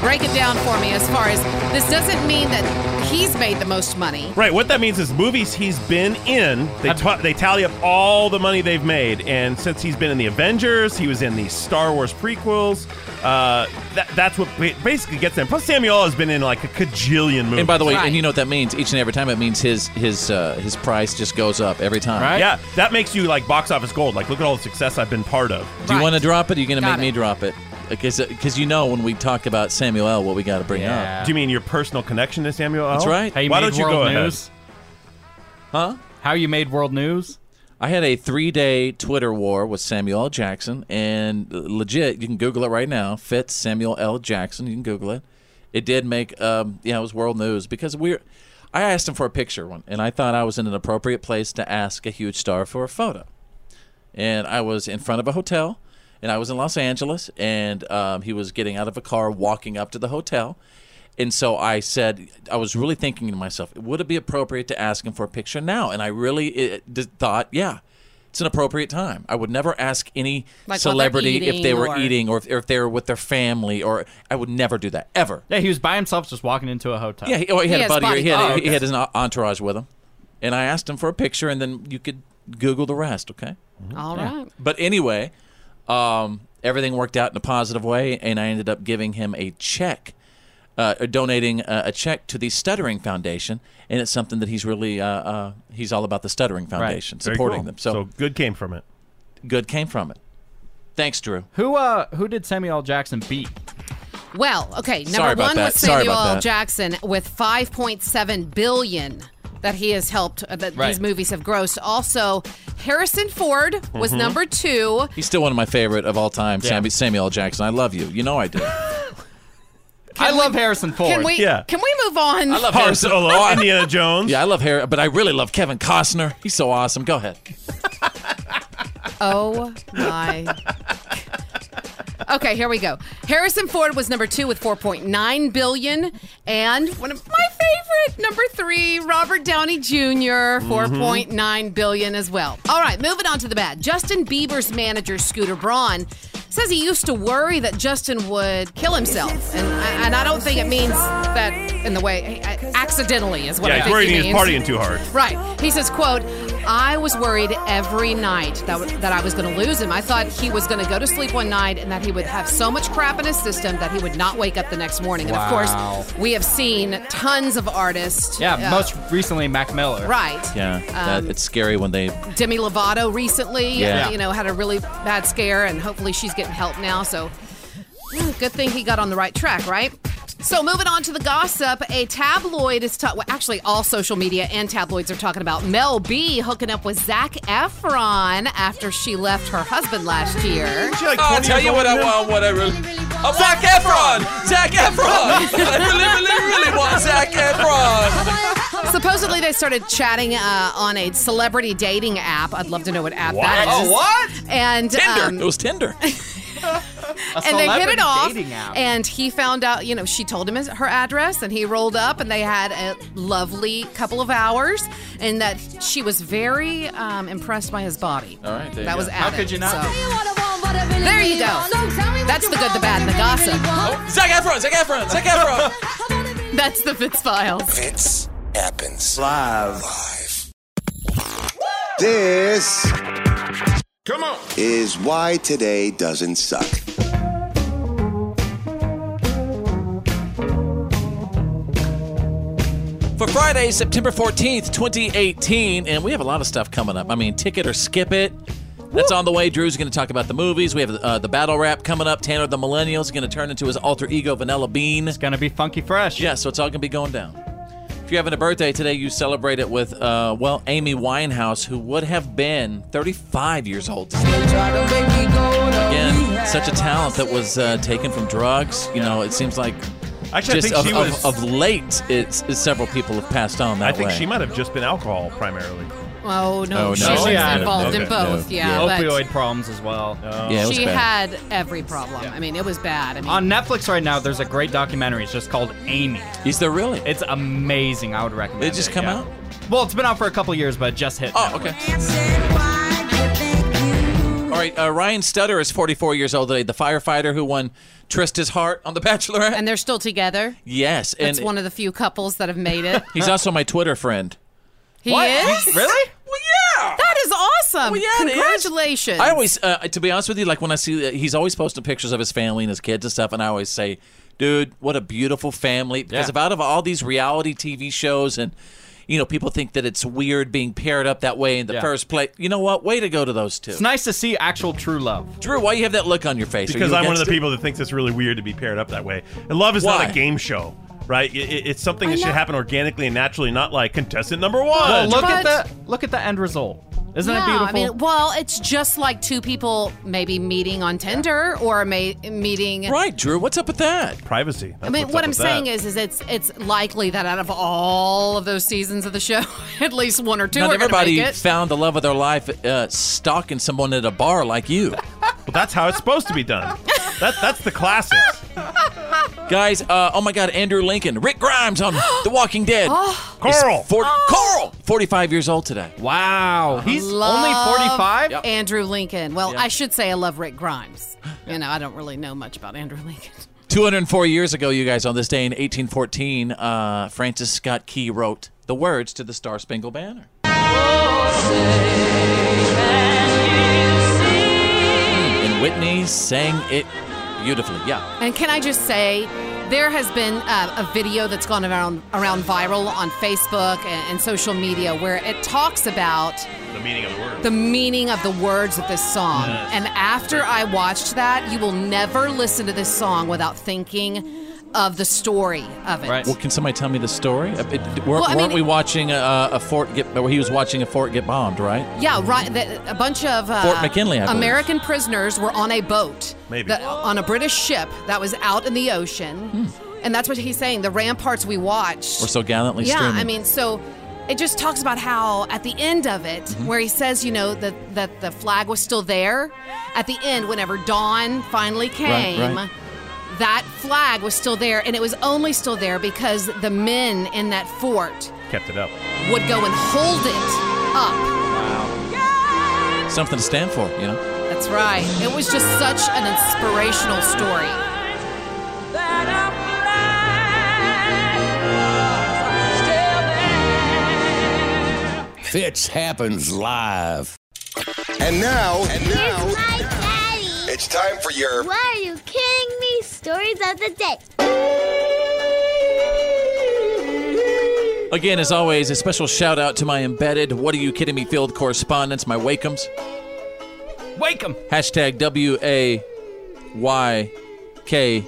[SPEAKER 4] break it down for me as far as this doesn't mean that he's made the most money.
[SPEAKER 10] Right. What that means is movies he's been in, they, ta- they tally up all the money they've made. And since he's been in the Avengers, he was in the Star Wars prequels. Uh, that, that's what ba- basically gets them. Plus, Samuel L. has been in like a cajillion
[SPEAKER 4] Oh,
[SPEAKER 10] movies.
[SPEAKER 1] And by the way, and you know what that means? Each and every time, it means his his uh, his price just goes up every time.
[SPEAKER 10] Yeah, that makes you like box office gold. Like, look at all the success I've been part of.
[SPEAKER 1] Do you want to drop it? Or are you going to
[SPEAKER 10] Got
[SPEAKER 1] make me drop it? Because because you know when we talk about Samuel L, what we got to bring
[SPEAKER 10] Do you mean your personal connection to Samuel L?
[SPEAKER 1] That's right. How you
[SPEAKER 10] Why
[SPEAKER 1] made
[SPEAKER 10] don't you
[SPEAKER 1] world
[SPEAKER 10] go
[SPEAKER 1] news.
[SPEAKER 10] ahead?
[SPEAKER 1] up, huh?
[SPEAKER 6] How you made world news?
[SPEAKER 1] I had a three day Twitter war with Samuel L. Jackson, and legit, you can Google it right now. Fitz Samuel L. Jackson, you can Google it. It did make, um, yeah, it was world news because we're. I asked him for a picture one, and I thought I was in an appropriate place to ask a huge star for a photo. and I was in front of a hotel, and I was in Los Angeles, and um, he was getting out of a car, walking up to the hotel, and so I said, I was really thinking to myself, would it be appropriate to ask him for a picture now? And I really it, did, thought, yeah. It's an appropriate time. I would never ask any
[SPEAKER 6] Like what they're
[SPEAKER 1] celebrity if they
[SPEAKER 6] eating
[SPEAKER 1] were
[SPEAKER 6] or-
[SPEAKER 1] eating or if, or if they were with their family, or I would never do that ever.
[SPEAKER 6] Yeah, he was by himself, just walking into a hotel.
[SPEAKER 1] Yeah, he, oh, he had a buddy. or He had,
[SPEAKER 6] Oh,
[SPEAKER 1] he
[SPEAKER 6] okay.
[SPEAKER 1] had his en- entourage with him, and I asked him for a picture, and then you could Google the rest. Okay.
[SPEAKER 4] All
[SPEAKER 1] All
[SPEAKER 4] right.
[SPEAKER 1] right. But anyway, um, everything worked out in a positive way, and I ended up giving him a check, uh, or donating a, a check to the Stuttering Foundation, and it's something that he's really uh, uh, he's all about the Stuttering Foundation,
[SPEAKER 10] Very
[SPEAKER 1] supporting
[SPEAKER 10] cool.
[SPEAKER 1] them. So,
[SPEAKER 10] good came from it.
[SPEAKER 1] Good came from it. Thanks, Drew.
[SPEAKER 6] Who uh who did Samuel L. Jackson beat?
[SPEAKER 4] Well, okay. Number
[SPEAKER 1] Sorry about
[SPEAKER 4] one
[SPEAKER 1] that.
[SPEAKER 4] was
[SPEAKER 1] Sorry
[SPEAKER 4] Samuel
[SPEAKER 1] about
[SPEAKER 4] L.
[SPEAKER 1] that.
[SPEAKER 4] Jackson with 5.7 billion that he has helped. uh, that
[SPEAKER 1] Right.
[SPEAKER 4] these movies have grossed. Also, Harrison Ford was
[SPEAKER 1] Mhm.
[SPEAKER 4] number two.
[SPEAKER 1] He's still one of my favorite of all time,
[SPEAKER 4] Yeah.
[SPEAKER 1] Sam- Samuel L. Jackson. I love you. You know I do.
[SPEAKER 6] I love Harrison Ford.
[SPEAKER 4] Can we? Can we move on?
[SPEAKER 1] I love
[SPEAKER 10] Han
[SPEAKER 1] Harrison.
[SPEAKER 10] Solo, Indiana Jones.
[SPEAKER 1] Yeah, I love Harry, but I really love Kevin Costner. He's so awesome. Go ahead.
[SPEAKER 4] Oh my. Okay, here we go. Harrison Ford was number two with 4.9 billion, and one of my favorite, number three, Robert Downey Jr. 4.9 billion as well. All right, moving on to the bad. Justin Bieber's manager Scooter Braun says he used to worry that Justin would kill himself, and I, and I don't think it means that in the way eh, accidentally is what I
[SPEAKER 10] yeah,
[SPEAKER 4] think
[SPEAKER 10] he's worried
[SPEAKER 4] he
[SPEAKER 10] he was
[SPEAKER 4] means.
[SPEAKER 10] partying too hard.
[SPEAKER 4] Right. He says, quote, I was worried every night that, w- that I was going to lose him. I thought he was going to go to sleep one night and that he would have so much crap in his system that he would not wake up the next morning. And
[SPEAKER 6] Wow.
[SPEAKER 4] of course, we have seen tons of artists.
[SPEAKER 6] Yeah,
[SPEAKER 4] uh,
[SPEAKER 6] most recently Mac Miller.
[SPEAKER 4] Right.
[SPEAKER 1] Yeah, that,
[SPEAKER 4] Um,
[SPEAKER 1] it's scary when they.
[SPEAKER 4] Demi Lovato recently,
[SPEAKER 1] Yeah.
[SPEAKER 4] you know, had a really bad scare, and hopefully she's getting help now. So, mm, good thing he got on the right track, right? So, moving on to the gossip, a tabloid is ta- well, actually all social media and tabloids are talking about Mel B hooking up with Zach Efron after she left her husband last year.
[SPEAKER 1] Oh, I'll tell you what I want, what I
[SPEAKER 4] Oh,
[SPEAKER 1] really. I want Zac Efron! Zac Efron! I really, really, really want Zac Efron!
[SPEAKER 4] Supposedly, they started chatting uh, on a celebrity dating app. I'd love to know what app that is.
[SPEAKER 1] Oh, What?
[SPEAKER 4] And
[SPEAKER 1] Tinder!
[SPEAKER 4] um,
[SPEAKER 1] it was Tinder.
[SPEAKER 4] and they hit
[SPEAKER 6] celebrity
[SPEAKER 4] it off.
[SPEAKER 6] dating app.
[SPEAKER 4] And he found out, you know, she told him his, her address, and he rolled up, and they had a lovely couple of hours, and that she was very um, impressed by his body.
[SPEAKER 1] All right, there
[SPEAKER 4] that
[SPEAKER 1] you
[SPEAKER 4] was
[SPEAKER 1] go.
[SPEAKER 4] added, so- There you go. That's the good, the bad, and the gossip.
[SPEAKER 1] Zac Efron, Zac Efron, Zac Efron.
[SPEAKER 4] Oh. That's the Fitz Files.
[SPEAKER 2] Fitz happens live. Live. This. Come on. Is why today doesn't suck.
[SPEAKER 1] For Friday, September 14th, 2018, and we have a lot of stuff coming up. I mean, ticket or skip it. That's on the way. Drew's going to talk about the movies. We have uh, the battle rap coming up. Tanner the Millennial's going to turn into his alter ego, Vanilla Bean. It's
[SPEAKER 6] going to be funky fresh.
[SPEAKER 1] Yeah, so it's all going to be going down. If you're having a birthday today, you celebrate it with, uh, well, Amy Winehouse, who would have been 35 years old today. Again, such a talent that was uh, taken from drugs. You know, it seems like
[SPEAKER 10] Actually, I
[SPEAKER 1] just
[SPEAKER 10] think
[SPEAKER 1] of,
[SPEAKER 10] she
[SPEAKER 1] of-
[SPEAKER 10] was-
[SPEAKER 1] of, late, it's, it's several people have passed on that
[SPEAKER 10] I think
[SPEAKER 1] way.
[SPEAKER 10] she might have just been alcohol primarily.
[SPEAKER 4] Oh no,
[SPEAKER 1] Oh,
[SPEAKER 4] she
[SPEAKER 1] no.
[SPEAKER 4] was
[SPEAKER 1] Yeah.
[SPEAKER 4] involved
[SPEAKER 1] Okay.
[SPEAKER 4] in both.
[SPEAKER 1] No.
[SPEAKER 4] Yeah, but
[SPEAKER 6] Opioid problems as well.
[SPEAKER 1] Yeah, it was
[SPEAKER 4] she
[SPEAKER 1] bad.
[SPEAKER 4] had every problem. I mean, it was bad. I mean,
[SPEAKER 6] On Netflix right now, there's a great documentary. It's just called Amy.
[SPEAKER 1] Is there really?
[SPEAKER 6] It's amazing. I would recommend.
[SPEAKER 1] Did it just come
[SPEAKER 6] yeah.
[SPEAKER 1] out?
[SPEAKER 6] Well, it's been out for a couple years, but it just hit.
[SPEAKER 1] Oh, All right, uh, Ryan Stutter is 44 years old today, the firefighter who won Trista's heart on The Bachelorette.
[SPEAKER 4] and they're still together.
[SPEAKER 1] yes, and
[SPEAKER 4] That's one of the few couples that have made it.
[SPEAKER 1] he's also my Twitter friend.
[SPEAKER 4] He
[SPEAKER 1] What?
[SPEAKER 4] is
[SPEAKER 1] Really? yeah.
[SPEAKER 4] That is awesome.
[SPEAKER 1] Well, yeah, it is.
[SPEAKER 4] Um, Congratulations.
[SPEAKER 1] I always, uh, to be honest with you, like when I see, uh, he's always posting pictures of his family and his kids and stuff, and I always say, "Dude, what a beautiful family!" Because
[SPEAKER 6] Yeah.
[SPEAKER 1] if out of all these reality TV shows and you know people think that it's weird being paired up that way in the
[SPEAKER 6] Yeah.
[SPEAKER 1] first place, you know what? Way to go to those two.
[SPEAKER 6] It's nice to see actual true love.
[SPEAKER 1] Drew, why you have that look on your face? Are
[SPEAKER 10] Because
[SPEAKER 1] you
[SPEAKER 10] I'm one of the
[SPEAKER 1] against it?
[SPEAKER 10] people that thinks it's really weird to be paired up that way. And love is
[SPEAKER 1] Why?
[SPEAKER 10] not a game show, right? I- I- it's something
[SPEAKER 6] I
[SPEAKER 10] that should
[SPEAKER 6] know.
[SPEAKER 10] happen organically and naturally, not like contestant number one.
[SPEAKER 6] Well, look at
[SPEAKER 4] But-
[SPEAKER 6] the look at the end result. Isn't
[SPEAKER 4] yeah,
[SPEAKER 6] it beautiful?
[SPEAKER 4] I mean, well, it's just like two people maybe meeting on Tinder or may- meeting.
[SPEAKER 1] Right, Drew. What's up with that?
[SPEAKER 10] Privacy.
[SPEAKER 4] I mean, what I'm saying is, is it's it's likely that out of all of those seasons of the show, at least one or two
[SPEAKER 1] Not
[SPEAKER 4] are going to make
[SPEAKER 1] everybody
[SPEAKER 4] it.
[SPEAKER 1] found the love of their life uh, stalking someone at a bar like you. well,
[SPEAKER 10] that's how it's supposed to be done. That, that's the classics.
[SPEAKER 1] Guys, uh, oh my God, Andrew Lincoln, Rick Grimes on The Walking Dead.
[SPEAKER 4] Oh.
[SPEAKER 1] is
[SPEAKER 10] Carl.
[SPEAKER 1] for- Carl, 45 years old today.
[SPEAKER 6] Wow. He's
[SPEAKER 4] Love
[SPEAKER 6] only 45?
[SPEAKER 4] Andrew Lincoln. Well, I should say I love Rick Grimes. You know, I don't really know much about Andrew Lincoln.
[SPEAKER 1] 204 years ago, you guys, on this day in 1814, uh, Francis Scott Key wrote the words to the Star Spangled Banner. And Whitney sang it beautifully. Yeah.
[SPEAKER 4] And can I just say, there has been uh, a video that's gone around around viral on Facebook and, and social media where it talks about
[SPEAKER 10] The meaning of the word.
[SPEAKER 4] the meaning of the words of this song.
[SPEAKER 10] Yes.
[SPEAKER 4] And after I watched that, you will never listen to this song without thinking of the story of it.
[SPEAKER 1] Well, can somebody tell me the story? Uh, it- weren't
[SPEAKER 4] Well, I
[SPEAKER 1] weren't
[SPEAKER 4] mean-
[SPEAKER 1] we watching a, a fort get? Well, he was watching a fort get bombed, right?
[SPEAKER 4] Yeah, right. The, a bunch of uh,
[SPEAKER 1] Fort McKinley, I believe.
[SPEAKER 4] American prisoners were on a boat,
[SPEAKER 1] Maybe.
[SPEAKER 4] that- uh, on a British ship that was out in the ocean,
[SPEAKER 1] Hmm.
[SPEAKER 4] and that's what he's saying. The ramparts we watched
[SPEAKER 1] We're so gallantly
[SPEAKER 4] yeah,
[SPEAKER 1] streaming.
[SPEAKER 4] I mean, so it just talks about how at the end of it,
[SPEAKER 1] Mm-hmm.
[SPEAKER 4] where he says, you know, that that the flag was still there. At the end, whenever dawn finally came,
[SPEAKER 1] right.
[SPEAKER 4] that flag was still there, and it was only still there because the men in that fort
[SPEAKER 10] Kept it up.
[SPEAKER 4] would go and hold it up.
[SPEAKER 1] Something to stand for, you know.
[SPEAKER 4] That's right. It was just such an inspirational story.
[SPEAKER 2] Fitz happens live. And now, and now, it's time for your
[SPEAKER 16] Why are you kidding me? Stories of the day.
[SPEAKER 1] Again, as always, a special shout out to my embedded "What Are You Kidding Me?" field correspondents, my Wakems.
[SPEAKER 6] Wake 'em.
[SPEAKER 1] Hashtag W A Y K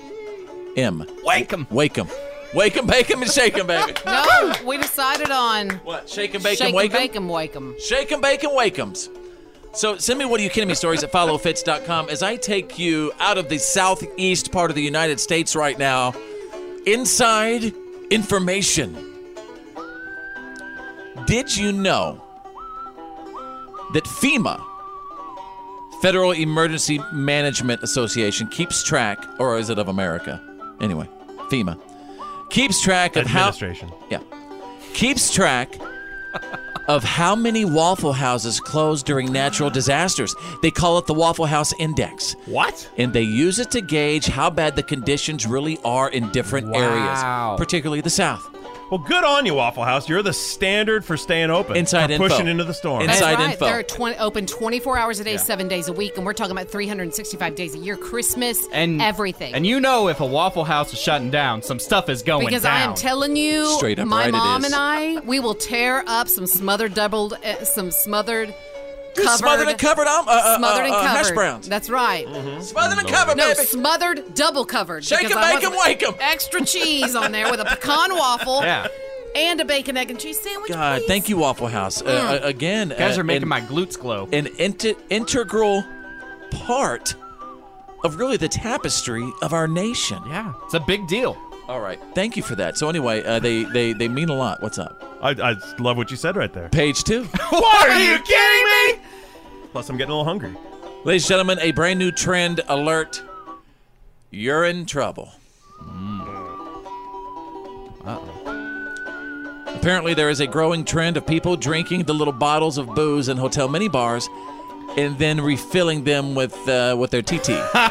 [SPEAKER 1] M.
[SPEAKER 6] Wake 'em.
[SPEAKER 1] Wake 'em. Wake 'em, bake 'em, and shake 'em, baby.
[SPEAKER 4] No, we decided on
[SPEAKER 1] what? Shake 'em, bake 'em,
[SPEAKER 4] shake 'em,
[SPEAKER 1] wake 'em?
[SPEAKER 4] bake 'em, wake 'em.
[SPEAKER 1] Shake 'em, bake 'em, wake 'ems. So send me what are you kidding me stories at followfits.com as I take you out of the southeast part of the United States right now. Inside information. Did you know that FEMA Federal Emergency Management Association keeps track, or is it of America? Anyway, FEMA keeps track of how
[SPEAKER 10] Administration.
[SPEAKER 1] yeah keeps track of how many Waffle Houses close during natural disasters. They call it the Waffle House Index.
[SPEAKER 10] What?
[SPEAKER 1] And they use it to gauge how bad the conditions really are in different
[SPEAKER 10] Wow.
[SPEAKER 1] areas, particularly the South.
[SPEAKER 10] Well, good on you, Waffle House. You're the standard for staying open.
[SPEAKER 1] Inside
[SPEAKER 10] for
[SPEAKER 1] info.
[SPEAKER 10] Pushing into the storm.
[SPEAKER 1] That's Inside
[SPEAKER 4] Right, they're 20, open 24 hours a day, seven days a week, and we're talking about 365 days a year, Christmas,
[SPEAKER 6] And
[SPEAKER 4] everything.
[SPEAKER 6] And you know if a Waffle House is shutting down, some stuff is going
[SPEAKER 4] because
[SPEAKER 6] down.
[SPEAKER 4] I am telling you,
[SPEAKER 6] Straight up
[SPEAKER 4] my
[SPEAKER 6] right it
[SPEAKER 4] mom
[SPEAKER 6] is.
[SPEAKER 4] and I, we will tear up some smothered, doubled, uh, some smothered,
[SPEAKER 1] Dude,
[SPEAKER 4] covered,
[SPEAKER 1] smothered and covered, um, uh, uh,
[SPEAKER 4] smothered and
[SPEAKER 1] uh, uh,
[SPEAKER 4] covered
[SPEAKER 1] hash browns. Mm.
[SPEAKER 4] That's right.
[SPEAKER 1] Smothered and covered,
[SPEAKER 4] no,
[SPEAKER 1] baby.
[SPEAKER 4] smothered, double covered.
[SPEAKER 1] Shake 'em,
[SPEAKER 4] because I
[SPEAKER 1] bake 'em,
[SPEAKER 4] want
[SPEAKER 1] wake 'em.
[SPEAKER 4] Extra cheese on there with a pecan waffle.
[SPEAKER 1] Yeah.
[SPEAKER 4] And a bacon, egg, and cheese sandwich.
[SPEAKER 1] God, thank you, Waffle House. Uh,
[SPEAKER 4] Mm.
[SPEAKER 1] uh, again,
[SPEAKER 6] You guys
[SPEAKER 1] uh,
[SPEAKER 6] are making
[SPEAKER 1] an-
[SPEAKER 6] my glutes glow.
[SPEAKER 1] An inte- integral part of really the tapestry of our nation.
[SPEAKER 6] Yeah, it's a big deal.
[SPEAKER 1] All right, thank you for that. So anyway, uh, they they they mean a lot. What's up?
[SPEAKER 10] I, I love what you said right there.
[SPEAKER 1] Page two.
[SPEAKER 10] What are you kidding me? Plus, I'm getting a little hungry.
[SPEAKER 1] Ladies and gentlemen, a brand new trend alert. You're in trouble. Apparently, there is a growing trend of people drinking the little bottles of booze in hotel mini bars and then refilling them with uh, with their TT
[SPEAKER 4] But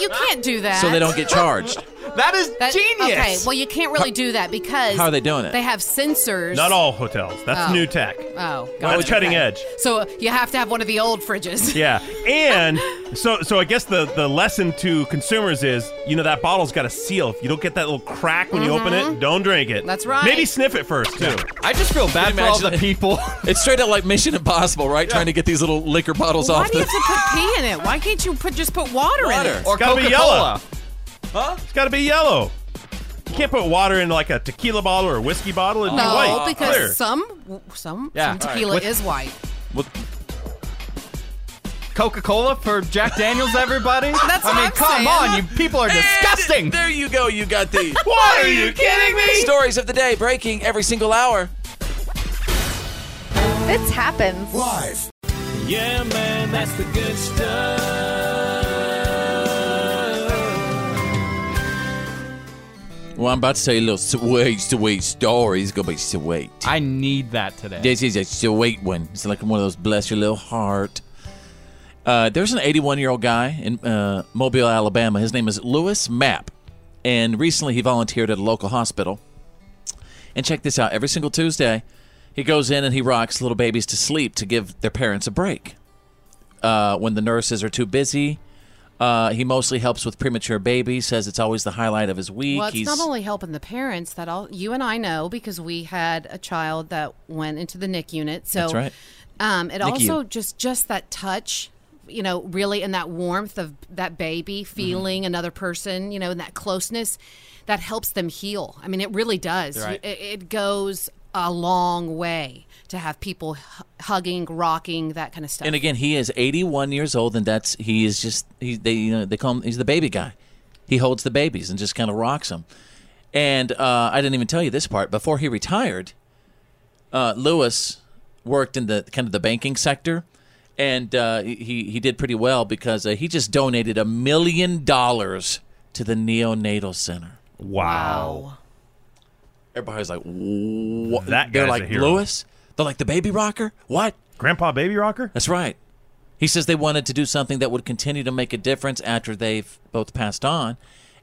[SPEAKER 4] you can't do that.
[SPEAKER 1] so they don't get charged.
[SPEAKER 6] That is
[SPEAKER 4] genius. Okay, well, you can't really do that because
[SPEAKER 1] How are they doing it?
[SPEAKER 4] They have sensors.
[SPEAKER 10] Not all hotels. That's
[SPEAKER 4] Oh.
[SPEAKER 10] new tech.
[SPEAKER 4] Oh,
[SPEAKER 10] That's
[SPEAKER 4] gotcha.
[SPEAKER 10] cutting
[SPEAKER 4] Okay.
[SPEAKER 10] edge.
[SPEAKER 4] So you have to have one of the old fridges.
[SPEAKER 10] Yeah. And so so I guess the the lesson to consumers is, you know, that bottle's got a seal. If you don't get that little crack when you open it, don't drink it.
[SPEAKER 4] Mm-hmm. That's right.
[SPEAKER 10] Maybe sniff it first too.
[SPEAKER 6] I just feel bad for all the people.
[SPEAKER 1] It's straight up like Mission Impossible, right? Trying to get these little liquor bottles
[SPEAKER 4] Why
[SPEAKER 1] off
[SPEAKER 4] do you
[SPEAKER 1] the.
[SPEAKER 4] have to put pee in it? Why can't you put just put water, in
[SPEAKER 1] Water.
[SPEAKER 4] it?
[SPEAKER 10] Or It's gotta be
[SPEAKER 6] Coca-Cola.
[SPEAKER 1] Huh?
[SPEAKER 10] It's gotta be yellow. You can't put water in like a tequila bottle or a whiskey bottle. It'd
[SPEAKER 4] No,
[SPEAKER 10] be white.
[SPEAKER 4] because
[SPEAKER 10] Clear.
[SPEAKER 4] some some,
[SPEAKER 10] Yeah,
[SPEAKER 4] some
[SPEAKER 10] all right.
[SPEAKER 4] tequila
[SPEAKER 10] With-
[SPEAKER 4] is white.
[SPEAKER 6] Coca Cola for Jack Daniels, everybody.
[SPEAKER 4] That's
[SPEAKER 6] I
[SPEAKER 4] what
[SPEAKER 6] mean,
[SPEAKER 4] I'm
[SPEAKER 6] come
[SPEAKER 4] saying.
[SPEAKER 6] on, you people are
[SPEAKER 1] And
[SPEAKER 6] disgusting.
[SPEAKER 1] There you go. You got the.
[SPEAKER 6] What are you kidding me?
[SPEAKER 1] Stories of the day breaking every single hour.
[SPEAKER 18] This happens.
[SPEAKER 2] Live.
[SPEAKER 17] Yeah, man, that's the good stuff.
[SPEAKER 1] Well, I'm about to tell you a little sweet, sweet story. It's gonna be sweet.
[SPEAKER 6] I need that today.
[SPEAKER 1] This is a sweet one. It's like one of those bless your little heart. Uh, there's an 81 year old guy in uh, Mobile, Alabama. His name is Lewis Mapp, and recently he volunteered at a local hospital. And check this out: every single Tuesday, he goes in and he rocks little babies to sleep to give their parents a break. Uh, when the nurses are too busy, uh, he mostly helps with premature babies. Says it's always the highlight of his week.
[SPEAKER 4] Well, it's
[SPEAKER 1] He's
[SPEAKER 4] not only helping the parents that all you and I know because we had a child that went into the NIC unit. So
[SPEAKER 1] That's right.
[SPEAKER 4] um, it
[SPEAKER 1] NICU.
[SPEAKER 4] also just just that touch, you know, really and that warmth of that baby feeling another person, you know, and that closeness that helps them heal. I mean, it really does.
[SPEAKER 18] Right.
[SPEAKER 4] It, it goes a long way to have people hu- hugging, rocking, that kind of stuff.
[SPEAKER 1] And again, he is 81 years old, and that's he is just he they you know they call him he's the baby guy. He holds the babies and just kind of rocks them. And uh, I didn't even tell you this part. Before he retired, uh, Lewis worked in the kind of the banking sector, and uh, he he did pretty well because uh, he just donated a million dollars to the neonatal center.
[SPEAKER 10] Wow.
[SPEAKER 1] Everybody's like, what?
[SPEAKER 10] That
[SPEAKER 1] They're
[SPEAKER 10] guy's
[SPEAKER 1] like
[SPEAKER 10] a hero.
[SPEAKER 1] Lewis. They're like the baby rocker. What?
[SPEAKER 10] Grandpa baby rocker.
[SPEAKER 1] That's right. He says they wanted to do something that would continue to make a difference after they've both passed on,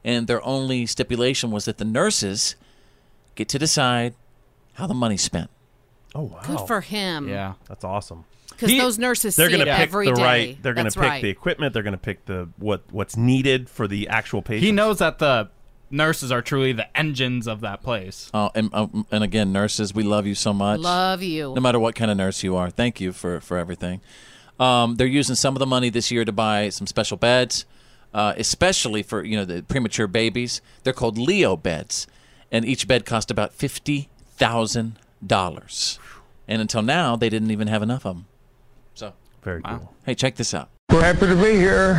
[SPEAKER 1] and their only stipulation was that the nurses get to decide how the money's spent.
[SPEAKER 10] Oh wow.
[SPEAKER 4] Good for
[SPEAKER 6] Um,
[SPEAKER 4] him. Yeah.
[SPEAKER 10] That's awesome.
[SPEAKER 4] 'Cause those nurses
[SPEAKER 10] they're
[SPEAKER 4] see
[SPEAKER 10] gonna
[SPEAKER 4] it
[SPEAKER 10] pick
[SPEAKER 4] every
[SPEAKER 10] the
[SPEAKER 4] day.
[SPEAKER 10] right. They're going
[SPEAKER 4] That's
[SPEAKER 10] to pick
[SPEAKER 4] right.
[SPEAKER 10] the equipment. They're going to pick the what what's needed for the actual patient.
[SPEAKER 6] He knows that the nurses are truly the engines of that place.
[SPEAKER 1] Oh, and, um, and again, nurses, we love you so much.
[SPEAKER 4] Love you.
[SPEAKER 1] No matter what kind of nurse you are, thank you for, for everything. Um, they're using some of the money this year to buy some special beds, uh, especially for you know the premature babies. They're called Leo beds, and each bed cost about fifty thousand dollars. And until now, they didn't even have enough of them. So
[SPEAKER 10] very cool.
[SPEAKER 1] Hey, check this out.
[SPEAKER 19] We're happy to be here.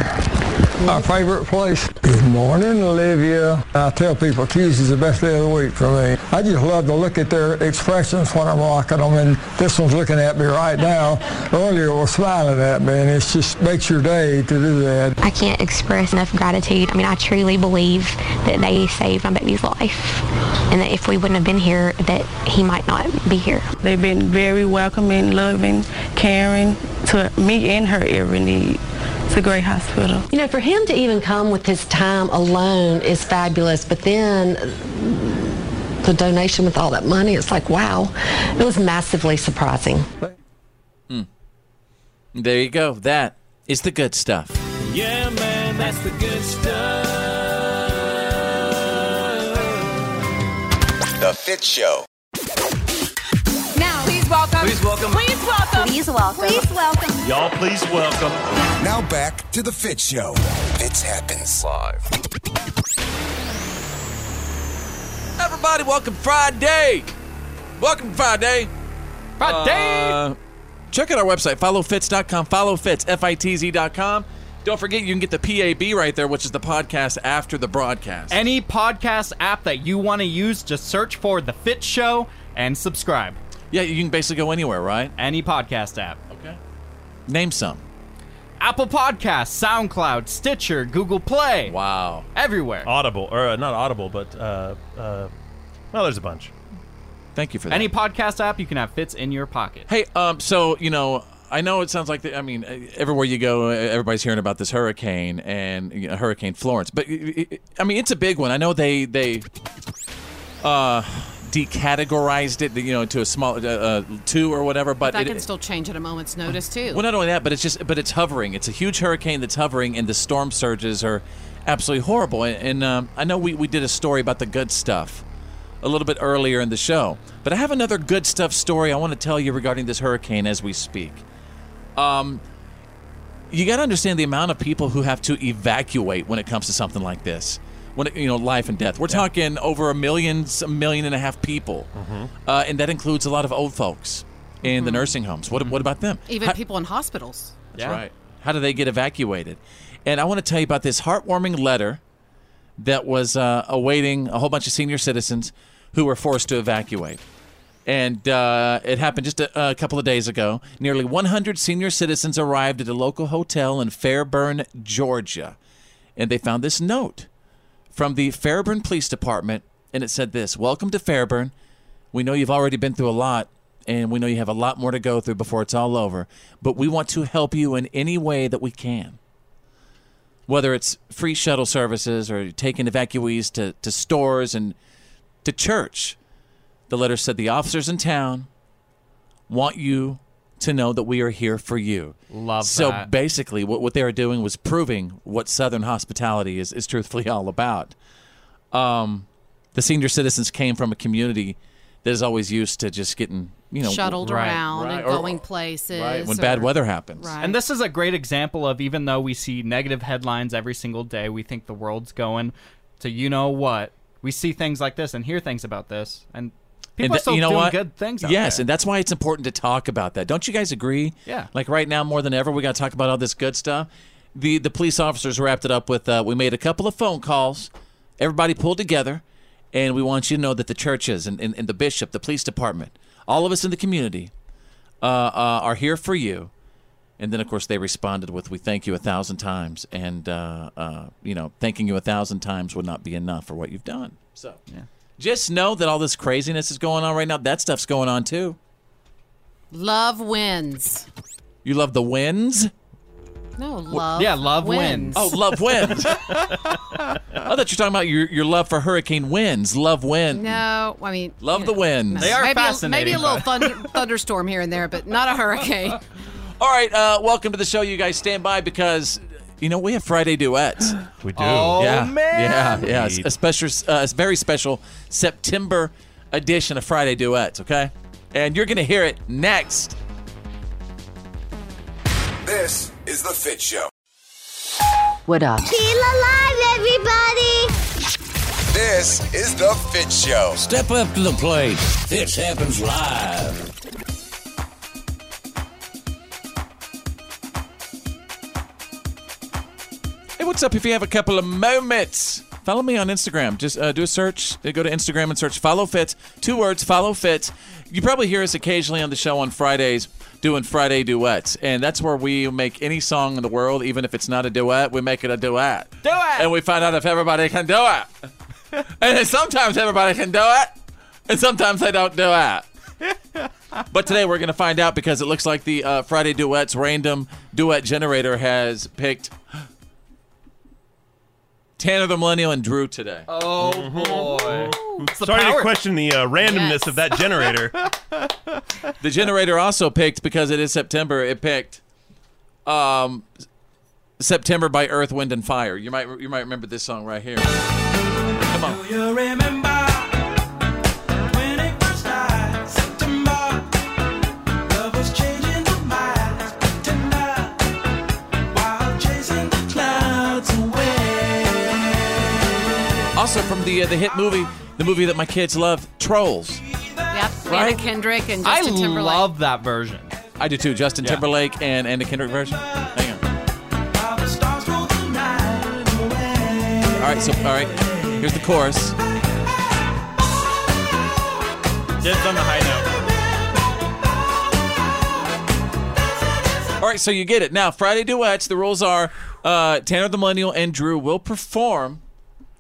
[SPEAKER 18] My favorite place. Good morning, Olivia. I tell people Tuesday's the best day of the week for me. I just love to look at their expressions when I'm walking them, and this one's looking at me right now. Earlier was smiling at me, and it just makes your day to do that.
[SPEAKER 19] I can't express enough gratitude. I mean, I truly believe that they saved my baby's life, and that if we wouldn't have been here, that he might not be here.
[SPEAKER 20] They've been very welcoming, loving, caring to me and her every need. It's a great hospital.
[SPEAKER 21] You know, for him to even come with his time alone is fabulous, but then the donation with all that money, it's like, wow. It was massively surprising.
[SPEAKER 1] Mm. There you go. That is the good stuff.
[SPEAKER 17] Yeah, man, that's the good stuff.
[SPEAKER 2] The Fit Show.
[SPEAKER 4] Now, please welcome.
[SPEAKER 2] Please welcome.
[SPEAKER 4] Please welcome.
[SPEAKER 9] Please welcome.
[SPEAKER 4] Please welcome.
[SPEAKER 10] Y'all, please welcome.
[SPEAKER 2] Now back to the Fit Show. Fits happens live.
[SPEAKER 1] Everybody, welcome Friday. Welcome Friday.
[SPEAKER 6] Friday.
[SPEAKER 1] Uh, check out our website, followfits.com, followfits, F-I-T-Z.com. Don't forget, you can get the PAB right there, which is the podcast after the broadcast.
[SPEAKER 6] Any podcast app that you want to use, just search for The Fit Show and subscribe.
[SPEAKER 1] Yeah, you can basically go anywhere, right?
[SPEAKER 6] Any podcast app.
[SPEAKER 1] Okay. Name some.
[SPEAKER 6] Apple Podcasts, SoundCloud, Stitcher, Google Play.
[SPEAKER 1] Wow.
[SPEAKER 6] Everywhere.
[SPEAKER 10] Audible, or uh, not Audible, but, uh, uh, well, there's a bunch.
[SPEAKER 1] Thank you for that.
[SPEAKER 6] Any podcast app, you can have fits in your pocket.
[SPEAKER 1] Hey, um, so, you know, I know it sounds like, the, I mean, uh, everywhere you go, everybody's hearing about this hurricane and you know, Hurricane Florence. But, it, it, I mean, it's a big one. I know they, they, uh, decategorized it, you know, to a small uh, uh, two or whatever. But,
[SPEAKER 4] but I can
[SPEAKER 1] it,
[SPEAKER 4] still change at a moment's notice too.
[SPEAKER 1] Well, not only that, but it's just, but it's hovering. It's a huge hurricane that's hovering, and the storm surges are absolutely horrible. And, and um, I know we we did a story about the good stuff a little bit earlier in the show, but I have another good stuff story I want to tell you regarding this hurricane as we speak. Um. You got to understand the amount of people who have to evacuate when it comes to something like this when it, you know life and death. We're yeah. talking over a million, a million and a half people, mm-hmm. uh, and that includes a lot of old folks in mm-hmm. the nursing homes. What, mm-hmm. what about them?
[SPEAKER 4] Even How, people in hospitals.
[SPEAKER 1] That's yeah. right. How do they get evacuated? And I want to tell you about this heartwarming letter that was uh, awaiting a whole bunch of senior citizens who were forced to evacuate. And uh, it happened just a, a couple of days ago. Nearly 100 senior citizens arrived at a local hotel in Fairburn, Georgia, and they found this note from the Fairburn Police Department, and it said this Welcome to Fairburn. We know you've already been through a lot, and we know you have a lot more to go through before it's all over, but we want to help you in any way that we can. Whether it's free shuttle services or taking evacuees to, to stores and to church, the letter said the officers in town want you to know that we are here for you.
[SPEAKER 6] Love
[SPEAKER 1] so
[SPEAKER 6] that.
[SPEAKER 1] basically, what, what they were doing was proving what Southern hospitality is, is truthfully all about. Um, the senior citizens came from a community that is always used to just getting, you know,
[SPEAKER 4] shuttled right, around right, and or, going places.
[SPEAKER 1] Right, when or, bad weather happens.
[SPEAKER 6] And this is a great example of even though we see negative headlines every single day, we think the world's going to you know what. We see things like this and hear things about this, and People and th- you know what? good things.
[SPEAKER 1] yes,
[SPEAKER 6] there.
[SPEAKER 1] and that's why it's important to talk about that. Don't you guys agree?
[SPEAKER 6] Yeah.
[SPEAKER 1] Like right now, more than ever, we got to talk about all this good stuff. The the police officers wrapped it up with uh, we made a couple of phone calls, everybody pulled together, and we want you to know that the churches and, and, and the bishop, the police department, all of us in the community, uh, uh, are here for you. And then, of course, they responded with "We thank you a thousand times," and uh, you know, thanking you a thousand times would not be enough for what you've done. So. Yeah just know that all this craziness is going on right now. That stuff's going on too.
[SPEAKER 4] Love wins.
[SPEAKER 1] You love the winds?
[SPEAKER 4] No, love.
[SPEAKER 6] Yeah, love wins. wins.
[SPEAKER 1] Oh, love wins. I thought you were talking about your, your love for Hurricane Winds. Love wind.
[SPEAKER 4] No, I mean.
[SPEAKER 1] Love
[SPEAKER 4] no.
[SPEAKER 1] the winds.
[SPEAKER 6] They are
[SPEAKER 4] maybe
[SPEAKER 6] fascinating.
[SPEAKER 4] A, maybe a little thunder, thunderstorm here and there, but not a hurricane.
[SPEAKER 1] All right, uh, welcome to the show, you guys. Stand by because you know, we have Friday duets.
[SPEAKER 10] we do.
[SPEAKER 6] Oh
[SPEAKER 1] yeah.
[SPEAKER 6] man.
[SPEAKER 1] Yeah, yeah. Indeed. A special, uh, a very special September edition of Friday duets. Okay, and you're gonna hear it next.
[SPEAKER 2] This is the Fit Show.
[SPEAKER 19] What up?
[SPEAKER 16] Feel alive, everybody.
[SPEAKER 2] This is the Fit Show.
[SPEAKER 5] Step up to the plate. This happens live.
[SPEAKER 1] what what's up if you have a couple of moments? Follow me on Instagram. Just uh, do a search. Go to Instagram and search Follow Fitz. Two words, Follow Fitz. You probably hear us occasionally on the show on Fridays doing Friday duets. And that's where we make any song in the world, even if it's not a duet, we make it a duet.
[SPEAKER 6] Do it!
[SPEAKER 1] And we find out if everybody can do it. and then sometimes everybody can do it, and sometimes they don't do it. but today we're going to find out because it looks like the uh, Friday Duets random duet generator has picked Tanner the Millennial and Drew today.
[SPEAKER 6] Oh boy! It's the
[SPEAKER 10] Sorry
[SPEAKER 6] power-
[SPEAKER 10] to question the uh, randomness of that generator.
[SPEAKER 1] The generator also picked because it is September. It picked um, September by Earth, Wind, and Fire. You might you might remember this song right here. Come on.
[SPEAKER 17] You remember when it first started, September. Love was changing the mind, tender, while chasing the clouds away.
[SPEAKER 1] Also from the uh, the hit movie, the movie that my kids love, Trolls.
[SPEAKER 4] Yep.
[SPEAKER 1] Right?
[SPEAKER 4] Anna Kendrick and
[SPEAKER 1] I
[SPEAKER 4] Justin Timberlake.
[SPEAKER 1] love
[SPEAKER 6] that version. I
[SPEAKER 1] do too. Justin Timberlake and and the Kendrick version. Hang on.
[SPEAKER 17] While the stars roll the night away.
[SPEAKER 1] All right. So all right. Here's the chorus.
[SPEAKER 10] Just on the high note.
[SPEAKER 1] All right. So you get it. Now Friday duets. The rules are uh, Tanner the Millennial and Drew will perform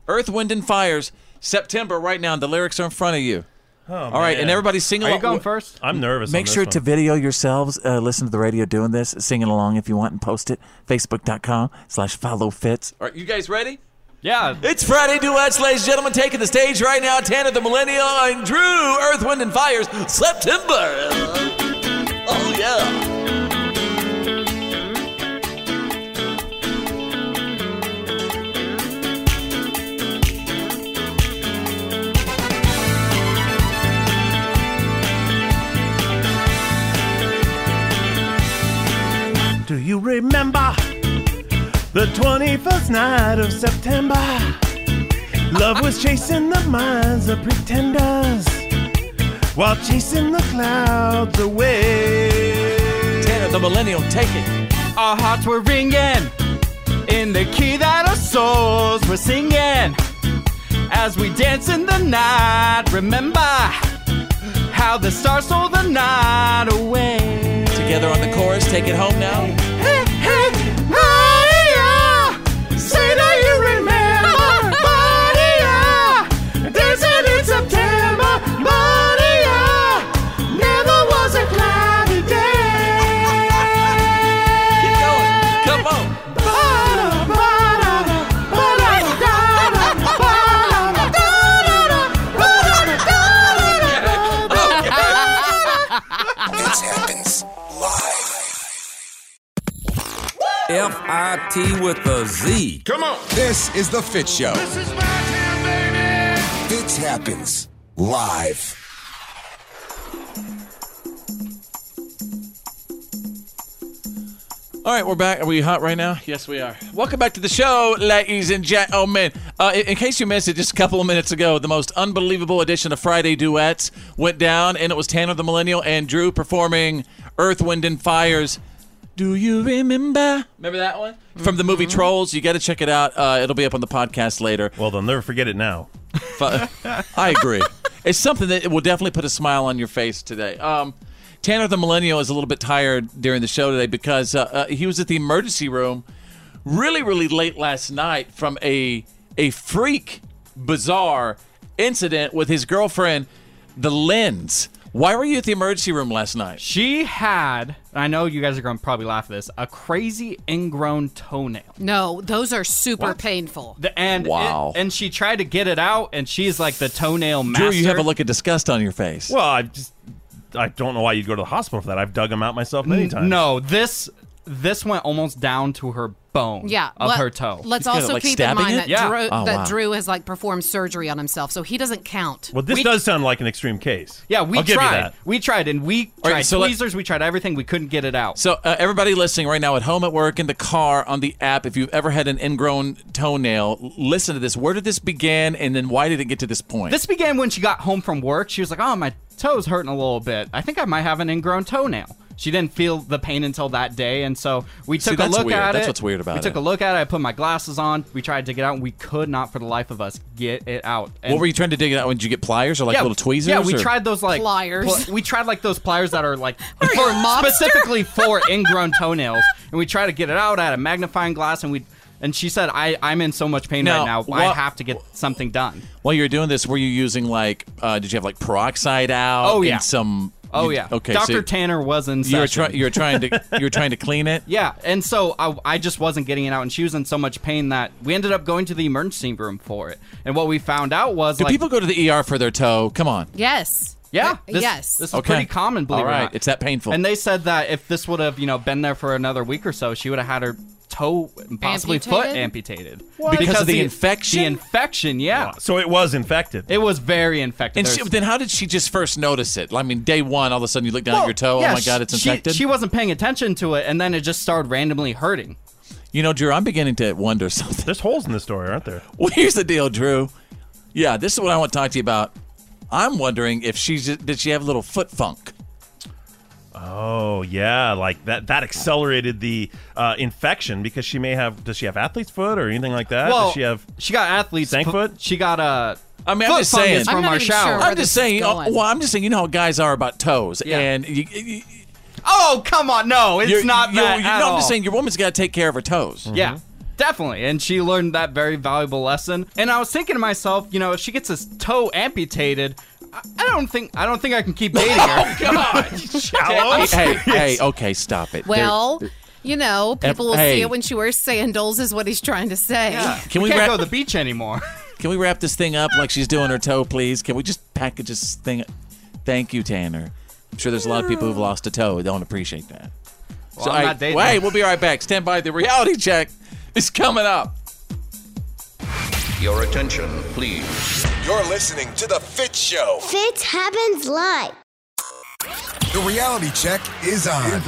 [SPEAKER 1] Earth, Wind, and Fire's September right now. And the lyrics are in front of you. All right, and everybody sing
[SPEAKER 6] Oh, Are you
[SPEAKER 1] along.
[SPEAKER 6] going first?
[SPEAKER 10] I'm nervous.
[SPEAKER 1] Make sure to video yourselves. Uh, listen to the radio doing this, singing along if you want, and post it. Facebook.com slash follow fits. All right, you guys ready?
[SPEAKER 6] Yeah.
[SPEAKER 1] It's Friday Duets, ladies and gentlemen, taking the stage right now. Tanner the Millennial and Drew, Earth, Wind, and Fire's September. Oh, yeah.
[SPEAKER 10] Do you remember the 21st night of September? Love was chasing the minds of pretenders while chasing the clouds away.
[SPEAKER 1] Tanner the Millennial, take it.
[SPEAKER 6] Our hearts were ringing in the key that our souls were singing as we dance in the night. Remember how the stars stole the night away.
[SPEAKER 1] Together on the chorus, take it home now.
[SPEAKER 17] Hey, hey, Maria, say that you remember, Maria, dancing in September, Maria, never was a cloudy day.
[SPEAKER 1] Keep going, come on. Oh,
[SPEAKER 2] It happens live.
[SPEAKER 5] F I T with a Z.
[SPEAKER 2] Come on. This is the Fit Show. This is my town, baby. Fits happens live.
[SPEAKER 1] All right, we're back. Are we hot right now? Yes, we are. Welcome back to the show, ladies and gentlemen. Uh, in, in case you missed it just a couple of minutes ago, the most unbelievable edition of Friday Duets went down, and it was Tanner the Millennial and Drew performing Earth, Wind, and Fire's Do You Remember? Remember that one? Mm-hmm. From the movie Trolls. You got to check it out. Uh, it'll be up on the podcast later.
[SPEAKER 10] Well, they'll never forget it now.
[SPEAKER 1] Fu- I agree. It's something that will definitely put a smile on your face today. Um, Tanner the Millennial is a little bit tired during the show today because uh, uh, he was at the emergency room really, really late last night from a a freak, bizarre incident with his girlfriend, the Lens. Why were you at the emergency room last night?
[SPEAKER 6] She had, and I know you guys are going to probably laugh at this, a crazy ingrown toenail.
[SPEAKER 4] No, those are super
[SPEAKER 6] What?
[SPEAKER 4] painful.
[SPEAKER 6] The, and
[SPEAKER 1] Wow.
[SPEAKER 6] it- and she tried to get it out, and she's like the toenail master.
[SPEAKER 1] Drew, you have a look of disgust on your face.
[SPEAKER 10] Well, I just I don't know why you'd go to the hospital for that. I've dug them out myself many
[SPEAKER 6] N-
[SPEAKER 10] times.
[SPEAKER 6] No, this this went almost down to her bone.
[SPEAKER 4] Yeah,
[SPEAKER 6] of
[SPEAKER 4] let-
[SPEAKER 6] her toe.
[SPEAKER 4] Let's also keep in mind that,
[SPEAKER 6] yeah.
[SPEAKER 4] Drew,
[SPEAKER 10] Oh,
[SPEAKER 4] that
[SPEAKER 10] wow.
[SPEAKER 4] Drew has like performed surgery on himself, so he doesn't count.
[SPEAKER 10] Well, this does sound like an extreme case.
[SPEAKER 6] Yeah, we
[SPEAKER 10] I'll
[SPEAKER 6] tried.
[SPEAKER 10] Give you that.
[SPEAKER 6] We tried, and we
[SPEAKER 1] All
[SPEAKER 6] tried
[SPEAKER 1] right, so let-
[SPEAKER 6] tweezers. we tried everything. We couldn't get it out.
[SPEAKER 1] So, uh, everybody listening right now at home, at work, in the car, on the app, if you've ever had an ingrown toenail, l- listen to this. Where did this begin, and then why did it get to this point?
[SPEAKER 6] This began when she got home from work. She was like, "Oh, my toe's hurting a little bit. I think I might have an ingrown toenail." She didn't feel the pain until that day, and so we
[SPEAKER 1] See,
[SPEAKER 6] took a
[SPEAKER 1] that's
[SPEAKER 6] look
[SPEAKER 1] weird.
[SPEAKER 6] at it.
[SPEAKER 1] That's what's weird about
[SPEAKER 6] we took
[SPEAKER 1] it.
[SPEAKER 6] a look at it. I put my glasses on. We tried to get out, and we could not, for the life of us, get it out. And
[SPEAKER 1] what were you trying to dig it out? When did you get pliers or like
[SPEAKER 6] yeah,
[SPEAKER 1] little tweezers?
[SPEAKER 6] Yeah, we
[SPEAKER 1] or-
[SPEAKER 6] tried those like
[SPEAKER 4] Pliers.
[SPEAKER 6] pl- we tried like those pliers that are like for- specifically for ingrown toenails, and we tried to get it out. I had a magnifying glass, and we and she said, I I'm in so much pain
[SPEAKER 1] Now,
[SPEAKER 6] right now. I
[SPEAKER 1] wha-
[SPEAKER 6] have to get something done.
[SPEAKER 1] While you were doing this, were you using like? uh Did you have like peroxide out?
[SPEAKER 6] Oh, yeah.
[SPEAKER 1] And some.
[SPEAKER 6] Oh
[SPEAKER 1] you-
[SPEAKER 6] yeah.
[SPEAKER 1] Okay.
[SPEAKER 6] Dr.
[SPEAKER 1] So
[SPEAKER 6] Tanner was in
[SPEAKER 1] you were
[SPEAKER 6] session.
[SPEAKER 1] trying. You were trying to. You were trying to clean it.
[SPEAKER 6] Yeah, and so I, I just wasn't getting it out, and she was in so much pain that we ended up going to the emergency room for it. And what we found out was
[SPEAKER 1] Do
[SPEAKER 6] like,
[SPEAKER 1] people go to the ER for their toe? Come on.
[SPEAKER 4] Yes.
[SPEAKER 6] yeah, this,
[SPEAKER 4] Uh, yes.
[SPEAKER 6] this is pretty common. Believe
[SPEAKER 1] All
[SPEAKER 6] it or
[SPEAKER 1] right.
[SPEAKER 6] not.
[SPEAKER 1] It's that painful.
[SPEAKER 6] And they said that if this would have you know been there for another week or so, she would have had her toe, and possibly foot
[SPEAKER 1] Amputated?
[SPEAKER 6] amputated
[SPEAKER 1] What? Because of the infection?
[SPEAKER 6] The infection, yeah.
[SPEAKER 10] So it was infected.
[SPEAKER 6] It was very infected.
[SPEAKER 1] and she,
[SPEAKER 6] There's-
[SPEAKER 1] then how did she just first notice it? I mean, day one, all of a sudden you look down at
[SPEAKER 6] Well,
[SPEAKER 1] your toe.
[SPEAKER 6] yeah,
[SPEAKER 1] oh my God, it's
[SPEAKER 6] she-
[SPEAKER 1] infected.
[SPEAKER 6] She, wasn't paying attention to it, and then it just started randomly hurting.
[SPEAKER 1] You know, Drew, I'm beginning to wonder something.
[SPEAKER 10] There's holes in this story, aren't there?
[SPEAKER 1] Well, here's the deal, Drew. Yeah, this is what I want to talk to you about. I'm wondering if she did she have a little foot funk.
[SPEAKER 10] Oh yeah, like that. That accelerated the uh, infection because she may have. Does she have athlete's foot or anything like that?
[SPEAKER 6] Well,
[SPEAKER 10] does she have?
[SPEAKER 6] She got athlete's
[SPEAKER 10] stank foot.
[SPEAKER 6] She got a.
[SPEAKER 1] I mean, I'm
[SPEAKER 6] foot
[SPEAKER 1] just saying.
[SPEAKER 6] fungus from our shower.
[SPEAKER 1] I'm just saying. oh, well, I'm just saying. You know how guys are about toes, and you, you-
[SPEAKER 6] Oh come on! No, it's
[SPEAKER 1] you're-
[SPEAKER 6] not
[SPEAKER 1] you're-
[SPEAKER 6] that.
[SPEAKER 1] you
[SPEAKER 6] at
[SPEAKER 1] know, I'm just
[SPEAKER 6] all.
[SPEAKER 1] saying your woman's got to take care of her toes.
[SPEAKER 6] Yeah, definitely. And she learned that very valuable lesson. And I was thinking to myself, you know, if she gets this toe amputated, I, I don't think I don't think I can keep dating her.
[SPEAKER 1] Hey, hey, hey, okay, stop it. There-
[SPEAKER 4] Well, you know,
[SPEAKER 1] Ev-
[SPEAKER 4] people will see
[SPEAKER 1] hey.
[SPEAKER 4] it when she wears sandals, is what he's trying to say.
[SPEAKER 1] can we
[SPEAKER 6] can't
[SPEAKER 1] wrap
[SPEAKER 6] go to the beach anymore?
[SPEAKER 1] Can we wrap this thing up like she's doing her toe, please? Can we just package this thing? up? Thank you, Tanner. I'm sure there's a lot of people who've lost a toe. They don't appreciate that.
[SPEAKER 6] Well, I'm
[SPEAKER 1] I-
[SPEAKER 6] not dating.
[SPEAKER 1] wait, we'll be right back. Stand by. The reality check is coming up.
[SPEAKER 13] Your attention, please.
[SPEAKER 2] You're listening to The Fit Show.
[SPEAKER 16] Fits happens live.
[SPEAKER 2] The reality check is on.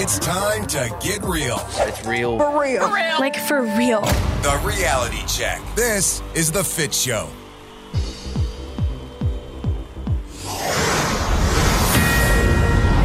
[SPEAKER 2] It's time to get real. It's real.
[SPEAKER 14] For real. Like for real.
[SPEAKER 2] The reality check. This is The Fit Show.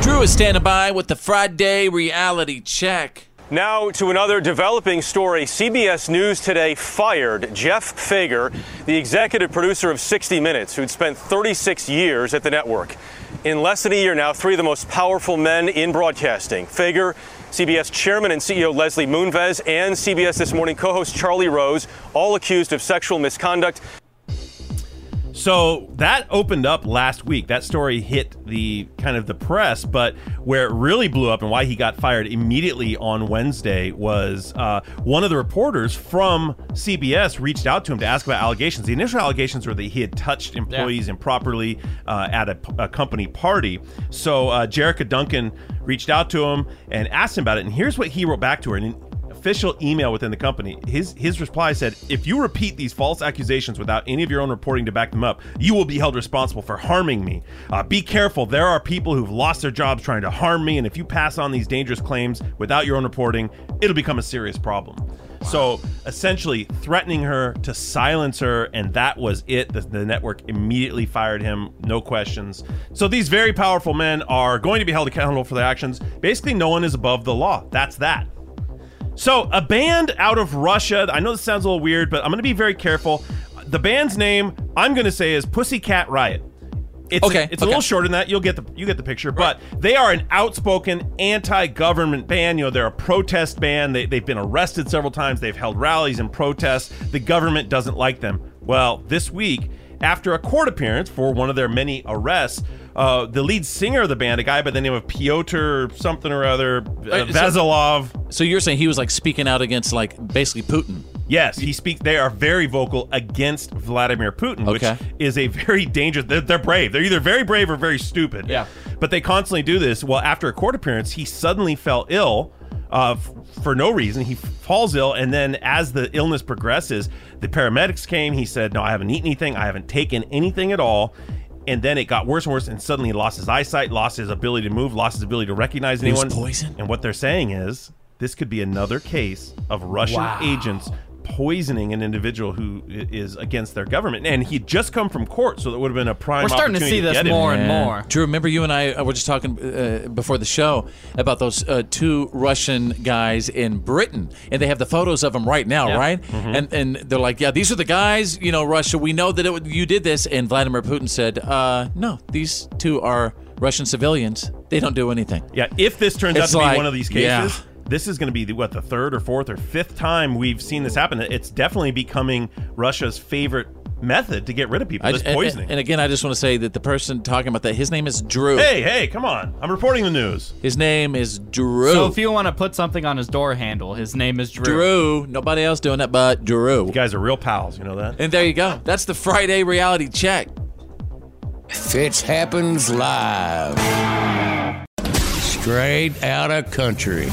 [SPEAKER 1] Drew is standing by with the Friday reality check.
[SPEAKER 22] Now to another developing story. CBS News today fired Jeff Fager, the executive producer of 60 Minutes, who'd spent 36 years at the network. In less than a year now, three of the most powerful men in broadcasting Fager, CBS chairman and CEO Leslie Moonves, and CBS This Morning co host Charlie Rose, all accused of sexual misconduct.
[SPEAKER 10] So that opened up last week. That story hit the kind of the press, but where it really blew up and why he got fired immediately on Wednesday was uh, one of the reporters from CBS reached out to him to ask about allegations. The initial allegations were that he had touched employees improperly uh, at a, p- a company party. So uh, Jerrica Duncan reached out to him and asked him about it. And here's what he wrote back to her. And in- official email within the company. His his reply said, "If you repeat these false accusations without any of your own reporting to back them up, you will be held responsible for harming me. Uh, be careful. There are people who've lost their jobs trying to harm me, and if you pass on these dangerous claims without your own reporting, it'll become a serious problem." So essentially, threatening her to silence her, and that was it. The, the network immediately fired him, no questions. So these very powerful men are going to be held accountable for their actions. Basically, no one is above the law. That's that. So, a band out of Russia. I know this sounds a little weird, but I'm going to be very careful. The band's name I'm going to say is Pussycat Riot. It's
[SPEAKER 1] Okay,
[SPEAKER 10] it's
[SPEAKER 1] okay.
[SPEAKER 10] a little shorter than that. You'll get the you get the picture, but they are an outspoken anti-government band. You know, they're a protest band. They, they've been arrested several times. They've held rallies and protests. The government doesn't like them. Well, this week, after a court appearance for one of their many arrests, uh, the lead singer of the band, a guy by the name of Piotr something or other, uh,
[SPEAKER 1] Wait, so-
[SPEAKER 10] Vasilov.
[SPEAKER 1] So you're saying he was like speaking out against like basically Putin?
[SPEAKER 10] Yes, he speak. They are very vocal against Vladimir Putin,
[SPEAKER 1] Okay.
[SPEAKER 10] which is a very dangerous. They're, they're brave. They're either very brave or very stupid. Yeah. But they constantly do this. Well, after a court appearance, he suddenly fell ill. Uh, f- for no reason, he f- falls ill, and then as the illness progresses, the paramedics came. He said, "No, I haven't eaten anything. I haven't taken anything at all." And then it got worse and worse, and suddenly he lost his eyesight, lost his ability to move, lost his ability to recognize
[SPEAKER 1] He was
[SPEAKER 10] anyone. poison. And what they're saying is, this could be another case of Russian
[SPEAKER 1] Wow.
[SPEAKER 10] agents poisoning an individual who i- is against their government, and he'd just come from court, so that would have been a prime. opportunity get him.
[SPEAKER 1] Drew, remember you and I uh, were just talking uh, before the show about those uh, two Russian guys in Britain, and they have the photos of them right now,
[SPEAKER 10] Yeah.
[SPEAKER 1] right?
[SPEAKER 6] Mm-hmm.
[SPEAKER 10] Mhm.
[SPEAKER 1] And and they're like, yeah, these are the guys, you know, Russia. We know that it, would- you did this, and Vladimir Putin said, uh, no, these two are Russian civilians. They don't do anything.
[SPEAKER 10] Yeah, if this turns
[SPEAKER 1] It's
[SPEAKER 10] out to
[SPEAKER 1] like-
[SPEAKER 10] be one of these cases,
[SPEAKER 1] yeah.
[SPEAKER 10] this is going to be the, what the third or fourth or fifth time we've seen this happen. It's definitely becoming Russia's favorite method to get rid of people.
[SPEAKER 1] I-
[SPEAKER 10] this
[SPEAKER 1] and-
[SPEAKER 10] poisoning.
[SPEAKER 1] And, again, I just want to say that the person talking about that, his name is Drew.
[SPEAKER 10] Hey, hey, come on! I'm reporting the news.
[SPEAKER 1] His name is Drew.
[SPEAKER 6] So if you want to put something on his door handle, his name is Drew.
[SPEAKER 1] Drew. Nobody else doing that but Drew. You
[SPEAKER 10] guys are real pals, you know that?
[SPEAKER 1] And there you go. That's the Friday reality check.
[SPEAKER 5] Fitz happens live. Straight out of country.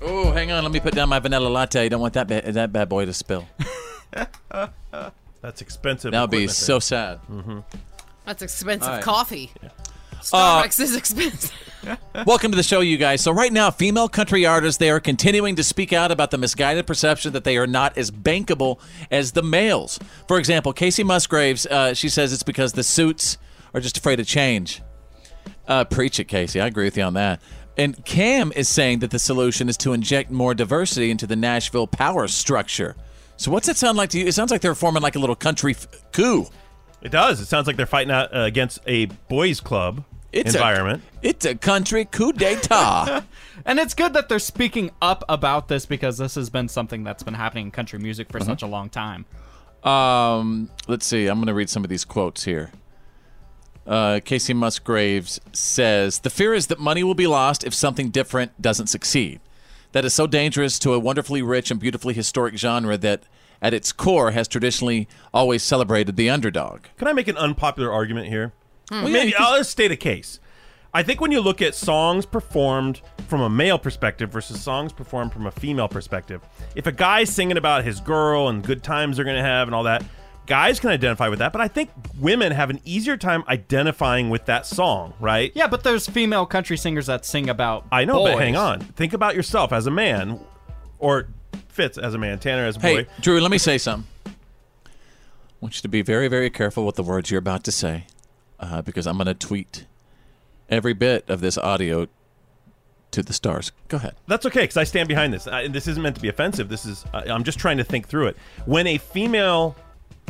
[SPEAKER 1] Oh, hang on. Let me put down my vanilla latte. You don't want that ba- that bad boy to spill.
[SPEAKER 10] That's expensive.
[SPEAKER 1] That would be
[SPEAKER 10] equipment
[SPEAKER 1] so
[SPEAKER 10] there.
[SPEAKER 1] sad.
[SPEAKER 4] Mm-hmm. That's expensive
[SPEAKER 1] All right.
[SPEAKER 4] coffee.
[SPEAKER 1] Uh,
[SPEAKER 4] Starbucks is expensive.
[SPEAKER 1] Welcome to the show, you guys. So right now, female country artists they are continuing to speak out about the misguided perception that they are not as bankable as the males. For example, Casey Musgraves, uh, she says it's because the suits are just afraid of change. Uh, preach it, Casey. I agree with you on that. And Cam is saying that the solution is to inject more diversity into the Nashville power structure. So what's it sound like to you? It sounds like they're forming like a little country f- coup.
[SPEAKER 10] It does. It sounds like they're fighting out uh, against a boys' club
[SPEAKER 1] It's a-
[SPEAKER 10] environment.
[SPEAKER 1] it's a country coup d'etat.
[SPEAKER 6] and it's good that they're speaking up about this because this has been something that's been happening in country music for such a long time.
[SPEAKER 1] Um, let's see. I'm going to read some of these quotes here. Uh, Casey Musgraves says The fear is that money will be lost if something different doesn't succeed. That is so dangerous to a wonderfully rich and beautifully historic genre that, at its core, has traditionally always celebrated the underdog.
[SPEAKER 10] Can I make an unpopular argument here?
[SPEAKER 1] Hmm. Well, yeah,
[SPEAKER 10] Maybe
[SPEAKER 1] you can-
[SPEAKER 10] I'll just state a case. I think when you look at songs performed from a male perspective versus songs performed from a female perspective, if a guy's singing about his girl and good times they're going to have and all that, guys can identify with that. But I think women have an easier time identifying with that song, right?
[SPEAKER 6] Yeah, but there's female country singers that sing about.
[SPEAKER 10] I know,
[SPEAKER 6] boys.
[SPEAKER 10] but hang on. Think about yourself as a man, or Fitz as a man, Tanner as a
[SPEAKER 1] Hey,
[SPEAKER 10] boy.
[SPEAKER 1] Drew, let me say something. I want you to be very, very careful with the words you're about to say uh, because I'm going to tweet every bit of this audio to the stars. Go ahead.
[SPEAKER 10] That's okay because I stand behind this. I, this isn't meant to be offensive. This is I, I'm just trying to think through it. When a female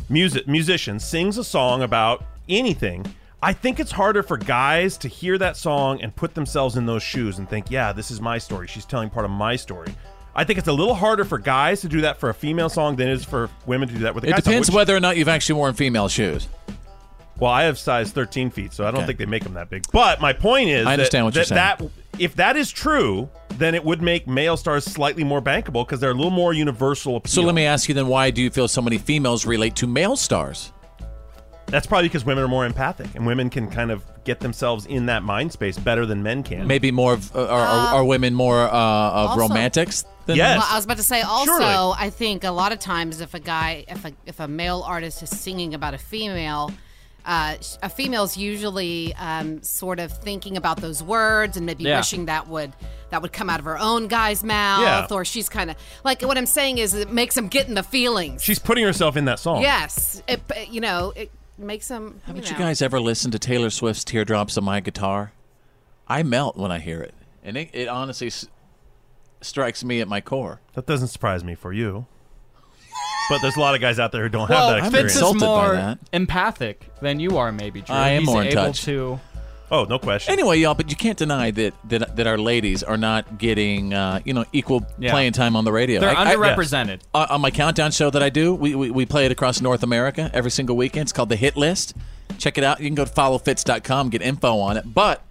[SPEAKER 10] music musician sings a song about anything, I think it's harder for guys to hear that song and put themselves in those shoes and think, "Yeah, this is my story. She's telling part of my story." I think it's a little harder for guys to do that for a female song than it is for women to do that with a
[SPEAKER 1] It
[SPEAKER 10] guy song,
[SPEAKER 1] depends
[SPEAKER 10] which-
[SPEAKER 1] whether or not you've actually worn female shoes.
[SPEAKER 10] Well, I have size 13 feet, so I don't
[SPEAKER 1] Okay.
[SPEAKER 10] think they make them that big. But my point is,
[SPEAKER 1] I understand
[SPEAKER 10] that,
[SPEAKER 1] what you're
[SPEAKER 10] that, that if that is true, then it would make male stars slightly more bankable because they're a little more universal. Appeal.
[SPEAKER 1] So let me ask you then, why do you feel so many females relate to male stars?
[SPEAKER 10] That's probably because women are more empathic, and women can kind of get themselves in that mind space better than men can.
[SPEAKER 1] Maybe more of, uh, are, are, are women more uh, of
[SPEAKER 4] also-
[SPEAKER 1] romantics? Than
[SPEAKER 4] Well, I was about to say also, uh,
[SPEAKER 1] Surely.
[SPEAKER 4] I think a lot of times if a guy, if a if a male artist is singing about a female, uh, sh- a female's usually um, sort of thinking about those words and maybe
[SPEAKER 8] Yeah.
[SPEAKER 4] wishing that would that would come out of her own guy's mouth,
[SPEAKER 10] Yeah.
[SPEAKER 4] or she's kind of like what I'm saying is it makes them get in the feelings.
[SPEAKER 10] She's putting herself in that song.
[SPEAKER 4] Yes, it you know it makes them.
[SPEAKER 1] Haven't you guys ever listened to Taylor Swift's "Teardrops on My Guitar"? I melt when I hear it, and it, it honestly s- strikes me at my core.
[SPEAKER 10] That doesn't surprise me for you. But there's a lot of guys out there who don't
[SPEAKER 6] Well,
[SPEAKER 10] have that experience.
[SPEAKER 6] Fitz is more empathic than you are, maybe. Drew.
[SPEAKER 1] I am
[SPEAKER 6] He's
[SPEAKER 1] more in
[SPEAKER 6] able
[SPEAKER 1] touch.
[SPEAKER 6] to.
[SPEAKER 10] Oh, no question.
[SPEAKER 1] Anyway, y'all, but you can't deny that that, that our ladies are not getting uh, you know equal
[SPEAKER 6] Yeah.
[SPEAKER 1] playing time on the radio.
[SPEAKER 6] They're
[SPEAKER 1] I- I-
[SPEAKER 6] underrepresented.
[SPEAKER 1] on on my countdown show that I do, we, we we play it across North America every single weekend. It's called the Hit List. Check it out. You can go to followfits.com, get info on it. But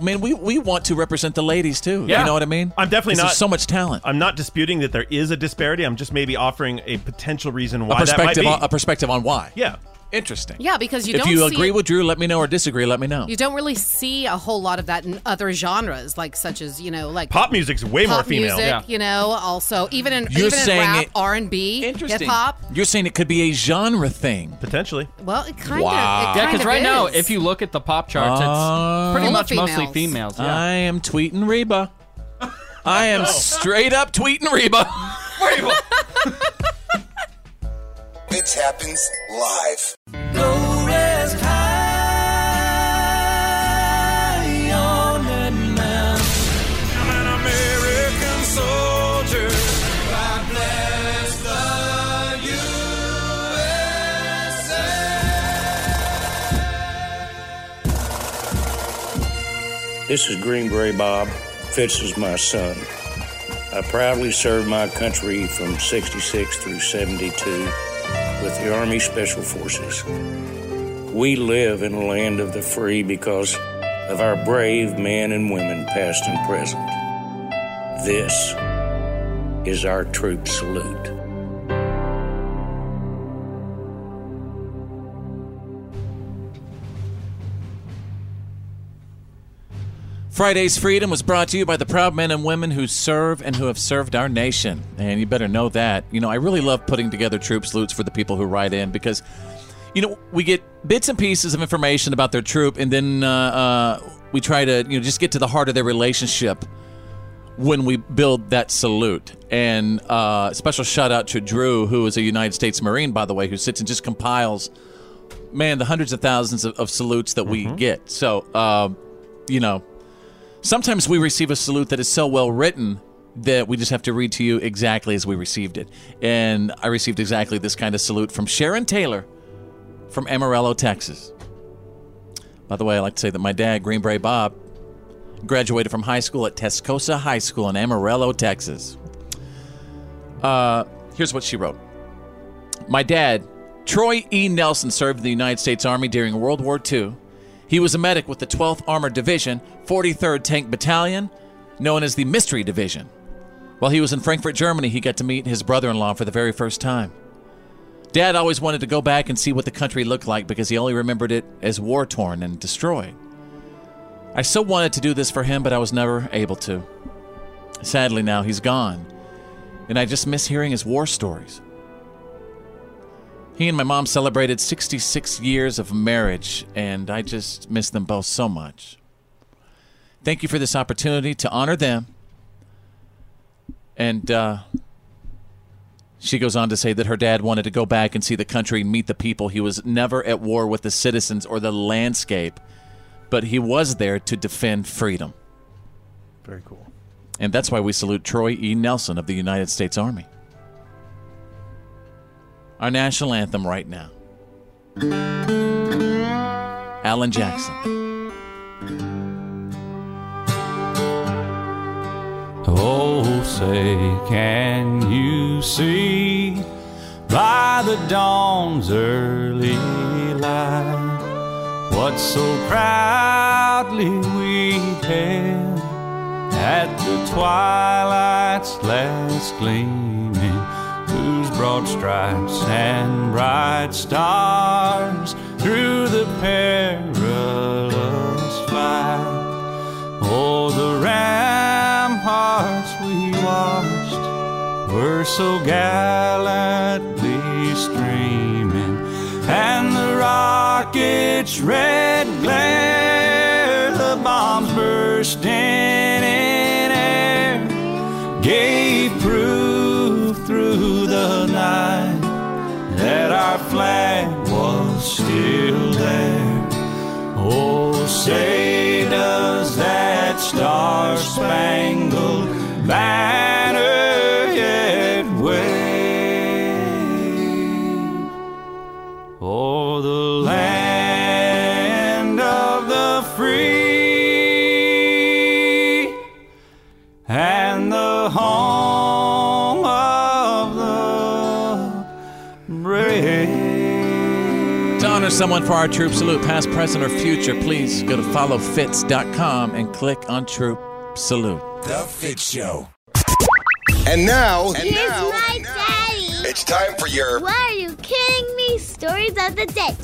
[SPEAKER 1] man, we we want to represent the ladies too.
[SPEAKER 10] Yeah.
[SPEAKER 1] You know what I mean?
[SPEAKER 10] I'm definitely
[SPEAKER 1] 'Cause
[SPEAKER 10] not
[SPEAKER 1] There's so much talent.
[SPEAKER 10] I'm not disputing that there is a disparity. I'm just maybe offering a potential reason why
[SPEAKER 1] a perspective
[SPEAKER 10] that might be.
[SPEAKER 1] on, a perspective on why.
[SPEAKER 10] Yeah.
[SPEAKER 1] Interesting.
[SPEAKER 4] Yeah, because you
[SPEAKER 1] if
[SPEAKER 4] don't
[SPEAKER 1] you
[SPEAKER 4] see
[SPEAKER 1] agree
[SPEAKER 4] it-
[SPEAKER 1] with Drew, let me know or disagree, let me know.
[SPEAKER 4] You don't really see a whole lot of that in other genres, like such as you know, like
[SPEAKER 10] Pop music's way more
[SPEAKER 4] pop
[SPEAKER 10] female.
[SPEAKER 4] music, you know. Also, even in
[SPEAKER 1] You're
[SPEAKER 4] even in
[SPEAKER 1] saying
[SPEAKER 4] rap,
[SPEAKER 1] it-
[SPEAKER 4] R and B, hip hop.
[SPEAKER 1] You're saying it could be a genre thing.
[SPEAKER 10] Potentially.
[SPEAKER 4] Well, it kind of
[SPEAKER 1] Wow.
[SPEAKER 4] It
[SPEAKER 1] Yeah,
[SPEAKER 6] Yeah,
[SPEAKER 4] kind
[SPEAKER 6] because
[SPEAKER 4] of
[SPEAKER 6] right
[SPEAKER 4] is.
[SPEAKER 6] now, if you look at the pop charts,
[SPEAKER 1] Oh.
[SPEAKER 6] it's pretty
[SPEAKER 1] Full
[SPEAKER 6] much
[SPEAKER 1] of
[SPEAKER 6] mostly females. Yeah.
[SPEAKER 1] I am tweeting Reba. I am straight up tweeting Reba.
[SPEAKER 2] It happens live.
[SPEAKER 5] This is Green Beret Bob. Fitz is my son. I proudly served my country from 66 through 72 with the Army Special Forces. We live in a land of the free because of our brave men and women, past and present. This is our troop salute.
[SPEAKER 1] Friday's Freedom was brought to you by the proud men and women who serve and who have served our nation. And you better know that. You know, I really love putting together troop salutes for the people who write in because, you know, we get bits and pieces of information about their troop and then uh, uh, we try to, you know, just get to the heart of their relationship when we build that salute. And uh, special shout out to Drew, who is a United States Marine, by the way, who sits and just compiles man, the hundreds of thousands of, of salutes that we get. So, um, you know, sometimes we receive a salute that is so well written that we just have to read to you exactly as we received it. And I received exactly this kind of salute from Sharon Taylor from Amarillo, Texas. By the way, I like to say that my dad, Green Beret Bob, graduated from high school at Tascosa High School in Amarillo, Texas. Uh, here's what she wrote. My dad, Troy E. Nelson, served in the United States Army during World War II. He was a medic with the 12th Armored Division, 43rd Tank Battalion, known as the Mystery Division. While he was in Frankfurt, Germany, he got to meet his brother in law for the very first time. Dad always wanted to go back and see what the country looked like because he only remembered it as war torn and destroyed. I so wanted to do this for him, but I was never able to. Sadly, now he's gone, and I just miss hearing his war stories. He and my mom celebrated 66 years of marriage, and I just miss them both so much. Thank you for this opportunity to honor them. And uh, she goes on to say that her dad wanted to go back and see the country and meet the people. He was never at war with the citizens or the landscape, but he was there to defend freedom.
[SPEAKER 10] Very cool.
[SPEAKER 1] And that's why we salute Troy E. Nelson of the United States Army. Our national anthem right now Alan Jackson.
[SPEAKER 8] Oh, say, can you see by the dawn's early light what so proudly we hailed at the twilight's last gleaming, whose broad stripes and bright stars through the perilous fight? Oh, the ramparts we watched were so gallantly streaming, and the rockets' red glare, the bombs bursting in air, gave
[SPEAKER 10] Oh,
[SPEAKER 8] proof through the night that our flag was still there. Oh, say does that star spangled banner yet wave o'er Oh, the land of the free and the home of the brave?
[SPEAKER 1] To honor someone for our troop salute, past, present, or future, please go to followfits.com and click on troop salute.
[SPEAKER 2] The Fit Show. And now, and
[SPEAKER 16] Here's
[SPEAKER 2] now
[SPEAKER 16] my daddy.
[SPEAKER 2] it's time for your
[SPEAKER 16] Why are you kidding me? Stories of the day.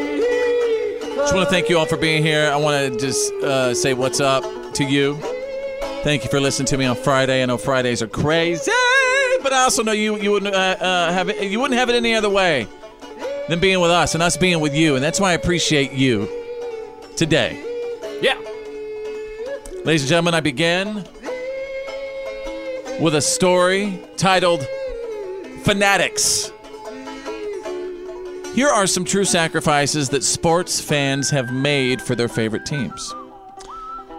[SPEAKER 1] just want to thank you all for being here. I want to just uh, say what's up to you. Thank you for listening to me on Friday. I know Fridays are crazy, but I also know you you wouldn't uh, uh, have it, you wouldn't have it any other way than being with us and us being with you, and that's why I appreciate you today.
[SPEAKER 6] Yeah.
[SPEAKER 1] Ladies and gentlemen, I begin with a story titled Fanatics. Here are some true sacrifices that sports fans have made for their favorite teams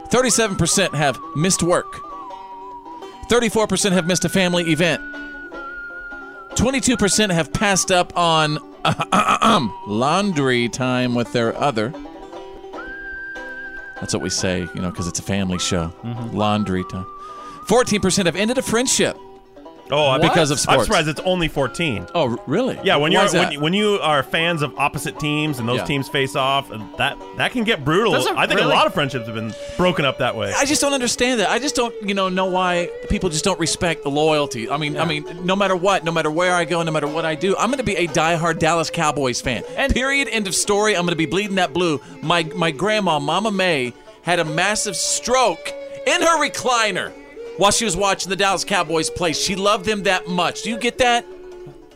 [SPEAKER 1] 37% have missed work, 34% have missed a family event, 22% have passed up on uh, laundry time with their other. That's what we say, you know, because it's a family show. Mm-hmm. Laundry time. 14% have ended a friendship.
[SPEAKER 10] Oh, I-
[SPEAKER 1] because of sports.
[SPEAKER 10] I'm surprised it's only 14.
[SPEAKER 1] Oh, really?
[SPEAKER 10] Yeah, when
[SPEAKER 1] Why
[SPEAKER 10] you're
[SPEAKER 1] is that?
[SPEAKER 10] when, when you are fans of opposite teams and those
[SPEAKER 1] Yeah.
[SPEAKER 10] teams face off, and that that can get brutal.
[SPEAKER 1] Doesn't
[SPEAKER 10] I think
[SPEAKER 1] really-
[SPEAKER 10] a lot of friendships have been broken up that way.
[SPEAKER 1] I just don't understand that. I just don't, you know, know why people just don't respect the loyalty. I mean, I mean, no matter what, no matter where I go, no matter what I do, I'm going to be a diehard Dallas Cowboys fan. Period. End of story. I'm going to be bleeding that blue. My my grandma, Mama May, had a massive stroke in her recliner while she was watching the Dallas Cowboys play. She loved them that much. Do you get that?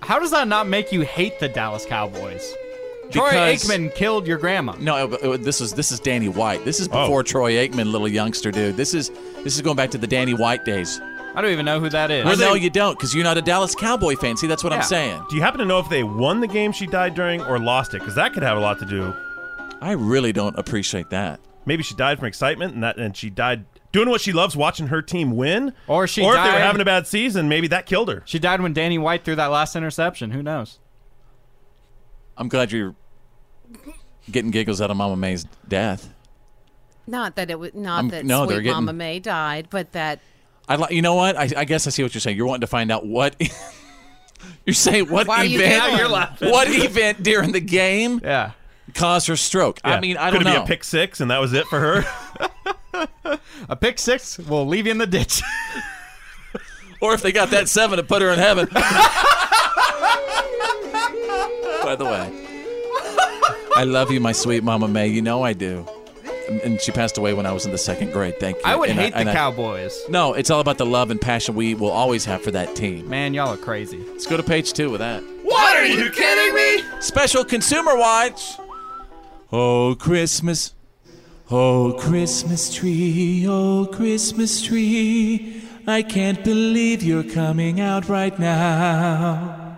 [SPEAKER 6] How does that not make you hate the Dallas Cowboys? Troy
[SPEAKER 1] Because-
[SPEAKER 6] Aikman killed your grandma.
[SPEAKER 1] No, it- it- this is this is Danny White. This is before Troy Aikman, little youngster dude. This is this is going back to the Danny White days.
[SPEAKER 6] I don't even know who that is.
[SPEAKER 1] I know you don't because you're not a Dallas Cowboy fan. See, that's what I'm saying.
[SPEAKER 10] Do you happen to know if they won the game she died during or lost it? Because that could have a lot to do.
[SPEAKER 1] I really don't appreciate that.
[SPEAKER 10] Maybe she died from excitement and that, and she died doing what she loves, watching her team win.
[SPEAKER 6] Or she
[SPEAKER 10] or if they
[SPEAKER 6] died-
[SPEAKER 10] were having a bad season, maybe that killed her.
[SPEAKER 6] She died when Danny White threw that last interception. Who knows?
[SPEAKER 1] I'm glad you're getting giggles out of Mama May's death.
[SPEAKER 4] Not that it was not
[SPEAKER 1] I'm-
[SPEAKER 4] that
[SPEAKER 1] no, they're
[SPEAKER 4] sweet
[SPEAKER 1] getting-
[SPEAKER 4] Mama May died, but that
[SPEAKER 1] I like. You know what? I, I guess I see what you're saying. You're wanting to find out what. you're saying what
[SPEAKER 4] Why are you
[SPEAKER 1] event?
[SPEAKER 4] giggling? You're laughing.
[SPEAKER 1] What event during the game?
[SPEAKER 6] Yeah.
[SPEAKER 1] Caused her stroke. I
[SPEAKER 10] Yeah.
[SPEAKER 1] mean, I
[SPEAKER 10] Could
[SPEAKER 1] don't
[SPEAKER 10] it be
[SPEAKER 1] know.
[SPEAKER 10] a pick six and that was it for her?
[SPEAKER 6] A pick six will leave you in the ditch.
[SPEAKER 1] or if they got that seven to put her in heaven. By the way, I love you, my sweet Mama May. You know I do. And- And she passed away when I was in the second grade. Thank you.
[SPEAKER 6] I would
[SPEAKER 1] And
[SPEAKER 6] hate
[SPEAKER 1] and
[SPEAKER 6] the Cowboys.
[SPEAKER 1] No, it's all about the love and passion we will always have for that team.
[SPEAKER 6] Man, y'all are crazy.
[SPEAKER 1] Let's go to page two with that.
[SPEAKER 17] What are you kidding me?
[SPEAKER 1] Special consumer watch. Oh, Christmas. Oh, Christmas tree. Oh, Christmas tree. I can't believe you're coming out right now.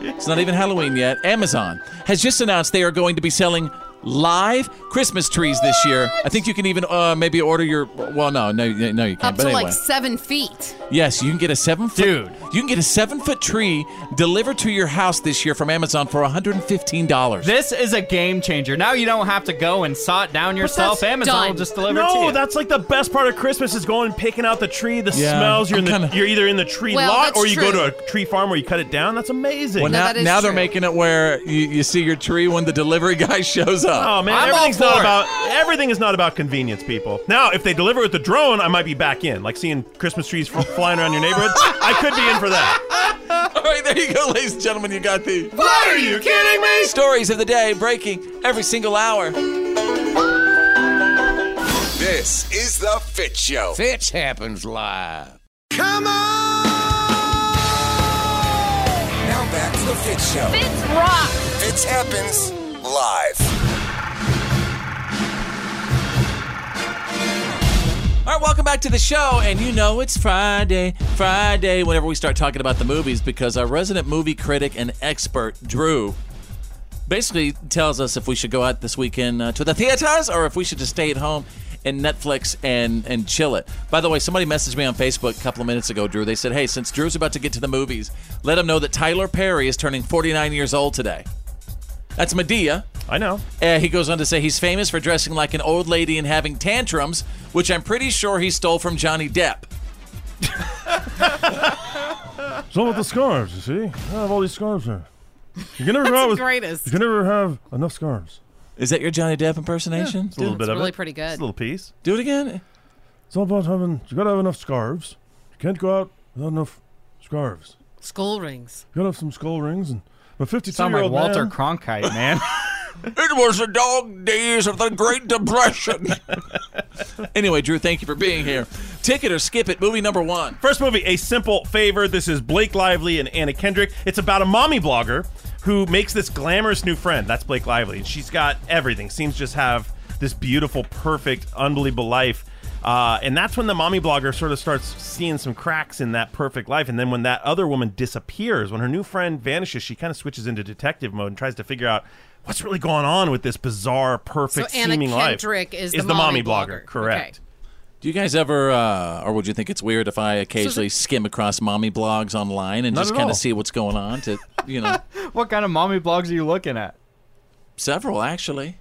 [SPEAKER 1] it's not even Halloween yet. Amazon has just announced they are going to be selling live Christmas trees this year. I think you can even uh, maybe order your. Well, no, no, no, you can't.
[SPEAKER 4] up
[SPEAKER 1] but
[SPEAKER 4] to
[SPEAKER 1] anyway.
[SPEAKER 4] like seven feet.
[SPEAKER 1] Yes, you can get a seven foot dude. You can get a seven foot tree delivered to your house this year from Amazon for one hundred and fifteen dollars.
[SPEAKER 6] This is a game changer. Now you don't have to go and saw it down yourself. Amazon will just deliver it to
[SPEAKER 10] no,
[SPEAKER 6] you.
[SPEAKER 10] that's like the best part of Christmas is going and picking out the tree, the
[SPEAKER 1] Yeah.
[SPEAKER 10] smells. You're in the,
[SPEAKER 1] I'm kinda-
[SPEAKER 10] you're either in the tree
[SPEAKER 1] Well,
[SPEAKER 10] lot
[SPEAKER 1] that's
[SPEAKER 10] or you
[SPEAKER 1] true.
[SPEAKER 10] go to a tree farm where you cut it down. That's amazing.
[SPEAKER 1] Well, now, now they're making it where you, you see your tree when the delivery guy shows up.
[SPEAKER 10] Oh man, everything's not about everything is not about convenience, people. Now, if they deliver with the drone, I might be back in. Like seeing Christmas trees fl- flying around your neighborhood, I could be in for that.
[SPEAKER 1] All right, there you go, ladies and gentlemen. You got the.
[SPEAKER 17] What are you kidding me?
[SPEAKER 1] Stories of the day breaking every single hour.
[SPEAKER 2] This is the Fit Show.
[SPEAKER 23] Fitch happens live.
[SPEAKER 2] Come on! Now back to the Fit Show.
[SPEAKER 17] Fitz rock.
[SPEAKER 2] Fits happens live.
[SPEAKER 1] All right, welcome back to the show, and you know it's Friday, Friday. Whenever we start talking about the movies, because our resident movie critic and expert Drew basically tells us if we should go out this weekend uh, to the theaters or if we should just stay at home and Netflix and and chill it. By the way, somebody messaged me on Facebook a couple of minutes ago, Drew. They said, "Hey, since Drew's about to get to the movies, let him know that Tyler Perry is turning 49 years old today." That's Medea.
[SPEAKER 10] I know.
[SPEAKER 1] Uh, he goes on to say he's famous for dressing like an old lady and having tantrums, which I'm pretty sure he stole from Johnny Depp.
[SPEAKER 10] Some with the scarves, you see. I have all these scarves here. You can never
[SPEAKER 4] That's the greatest.
[SPEAKER 10] You can never have enough scarves.
[SPEAKER 1] Is that your Johnny Depp impersonation?
[SPEAKER 10] it's a little
[SPEAKER 4] Dude,
[SPEAKER 10] bit
[SPEAKER 4] it's
[SPEAKER 10] of
[SPEAKER 4] really
[SPEAKER 10] it.
[SPEAKER 4] pretty good.
[SPEAKER 10] It's a little piece.
[SPEAKER 1] Do it again.
[SPEAKER 10] It's all about having. You gotta have enough scarves. You can't go out without enough scarves.
[SPEAKER 4] Skull rings.
[SPEAKER 10] You gotta have some skull rings and. But fifty-two
[SPEAKER 6] Sound
[SPEAKER 10] year
[SPEAKER 6] like
[SPEAKER 10] old
[SPEAKER 6] Walter Cronkite, man.
[SPEAKER 1] It was the dog days of the Great Depression. anyway, Drew, thank you for being here. Ticket or skip it, movie number one.
[SPEAKER 10] First movie, A Simple Favor. This is Blake Lively and Anna Kendrick. It's about a mommy blogger who makes this glamorous new friend. That's Blake Lively. She's got everything. Seems to just have this beautiful, perfect, unbelievable life. Uh, and that's when the mommy blogger sort of starts seeing some cracks in that perfect life. And then when that other woman disappears, when her new friend vanishes, she kind of switches into detective mode and tries to figure out what's really going on with this bizarre, perfect
[SPEAKER 4] Anna
[SPEAKER 10] seeming life.
[SPEAKER 4] Kendrick is the
[SPEAKER 10] the mommy,
[SPEAKER 4] mommy
[SPEAKER 10] blogger,
[SPEAKER 4] blogger.
[SPEAKER 10] correct?
[SPEAKER 1] Do you guys ever, uh, or would you think it's weird if I occasionally skim across mommy blogs online and
[SPEAKER 6] Not
[SPEAKER 1] just
[SPEAKER 6] at
[SPEAKER 1] kind
[SPEAKER 6] all.
[SPEAKER 1] of see what's going on? To you know,
[SPEAKER 6] what kind of mommy blogs are you looking at?
[SPEAKER 1] several actually.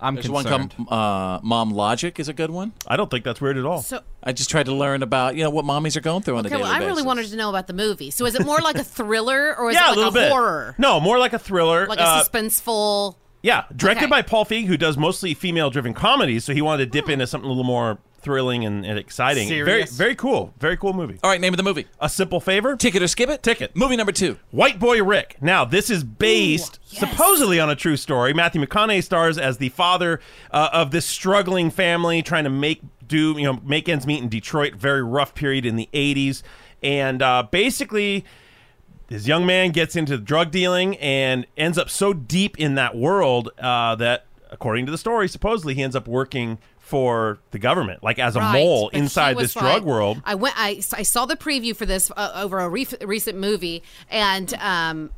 [SPEAKER 6] I'm
[SPEAKER 1] There's
[SPEAKER 6] concerned.
[SPEAKER 1] one called uh, Mom Logic is a good one.
[SPEAKER 10] I don't think that's weird at all.
[SPEAKER 4] So-
[SPEAKER 1] I just tried to learn about you know what mommies are going through on a
[SPEAKER 4] Okay,
[SPEAKER 1] daily
[SPEAKER 4] well, I
[SPEAKER 1] basis.
[SPEAKER 4] really wanted to know about the movie. So is it more like a thriller or is
[SPEAKER 10] yeah,
[SPEAKER 4] it like
[SPEAKER 10] a little bit.
[SPEAKER 4] horror?
[SPEAKER 10] No, more like a thriller.
[SPEAKER 4] Like a
[SPEAKER 10] Uh,
[SPEAKER 4] suspenseful.
[SPEAKER 10] Yeah, directed
[SPEAKER 4] Okay.
[SPEAKER 10] by Paul Feig, who does mostly female-driven comedies, so he wanted to dip into something a little more thrilling and, and exciting.
[SPEAKER 1] Serious.
[SPEAKER 10] Very, very cool. Very cool movie.
[SPEAKER 1] All right, name of the movie.
[SPEAKER 10] A simple favor.
[SPEAKER 1] Ticket or skip it.
[SPEAKER 10] Ticket.
[SPEAKER 1] Movie number two.
[SPEAKER 10] White Boy Rick. Now, this is based supposedly on a true story. Matthew McConaughey stars as the father uh, of this struggling family trying to make do, you know, make ends meet in Detroit. Very rough period in the '80s, and uh, basically this young man gets into drug dealing and ends up so deep in that world uh, that, according to the story, supposedly he ends up working for the government, like as a
[SPEAKER 4] Right,
[SPEAKER 10] mole
[SPEAKER 4] but he
[SPEAKER 10] inside
[SPEAKER 4] was
[SPEAKER 10] this drug
[SPEAKER 4] like-
[SPEAKER 10] world.
[SPEAKER 4] I went. I, I saw the preview for this uh, over a re- recent movie, and um,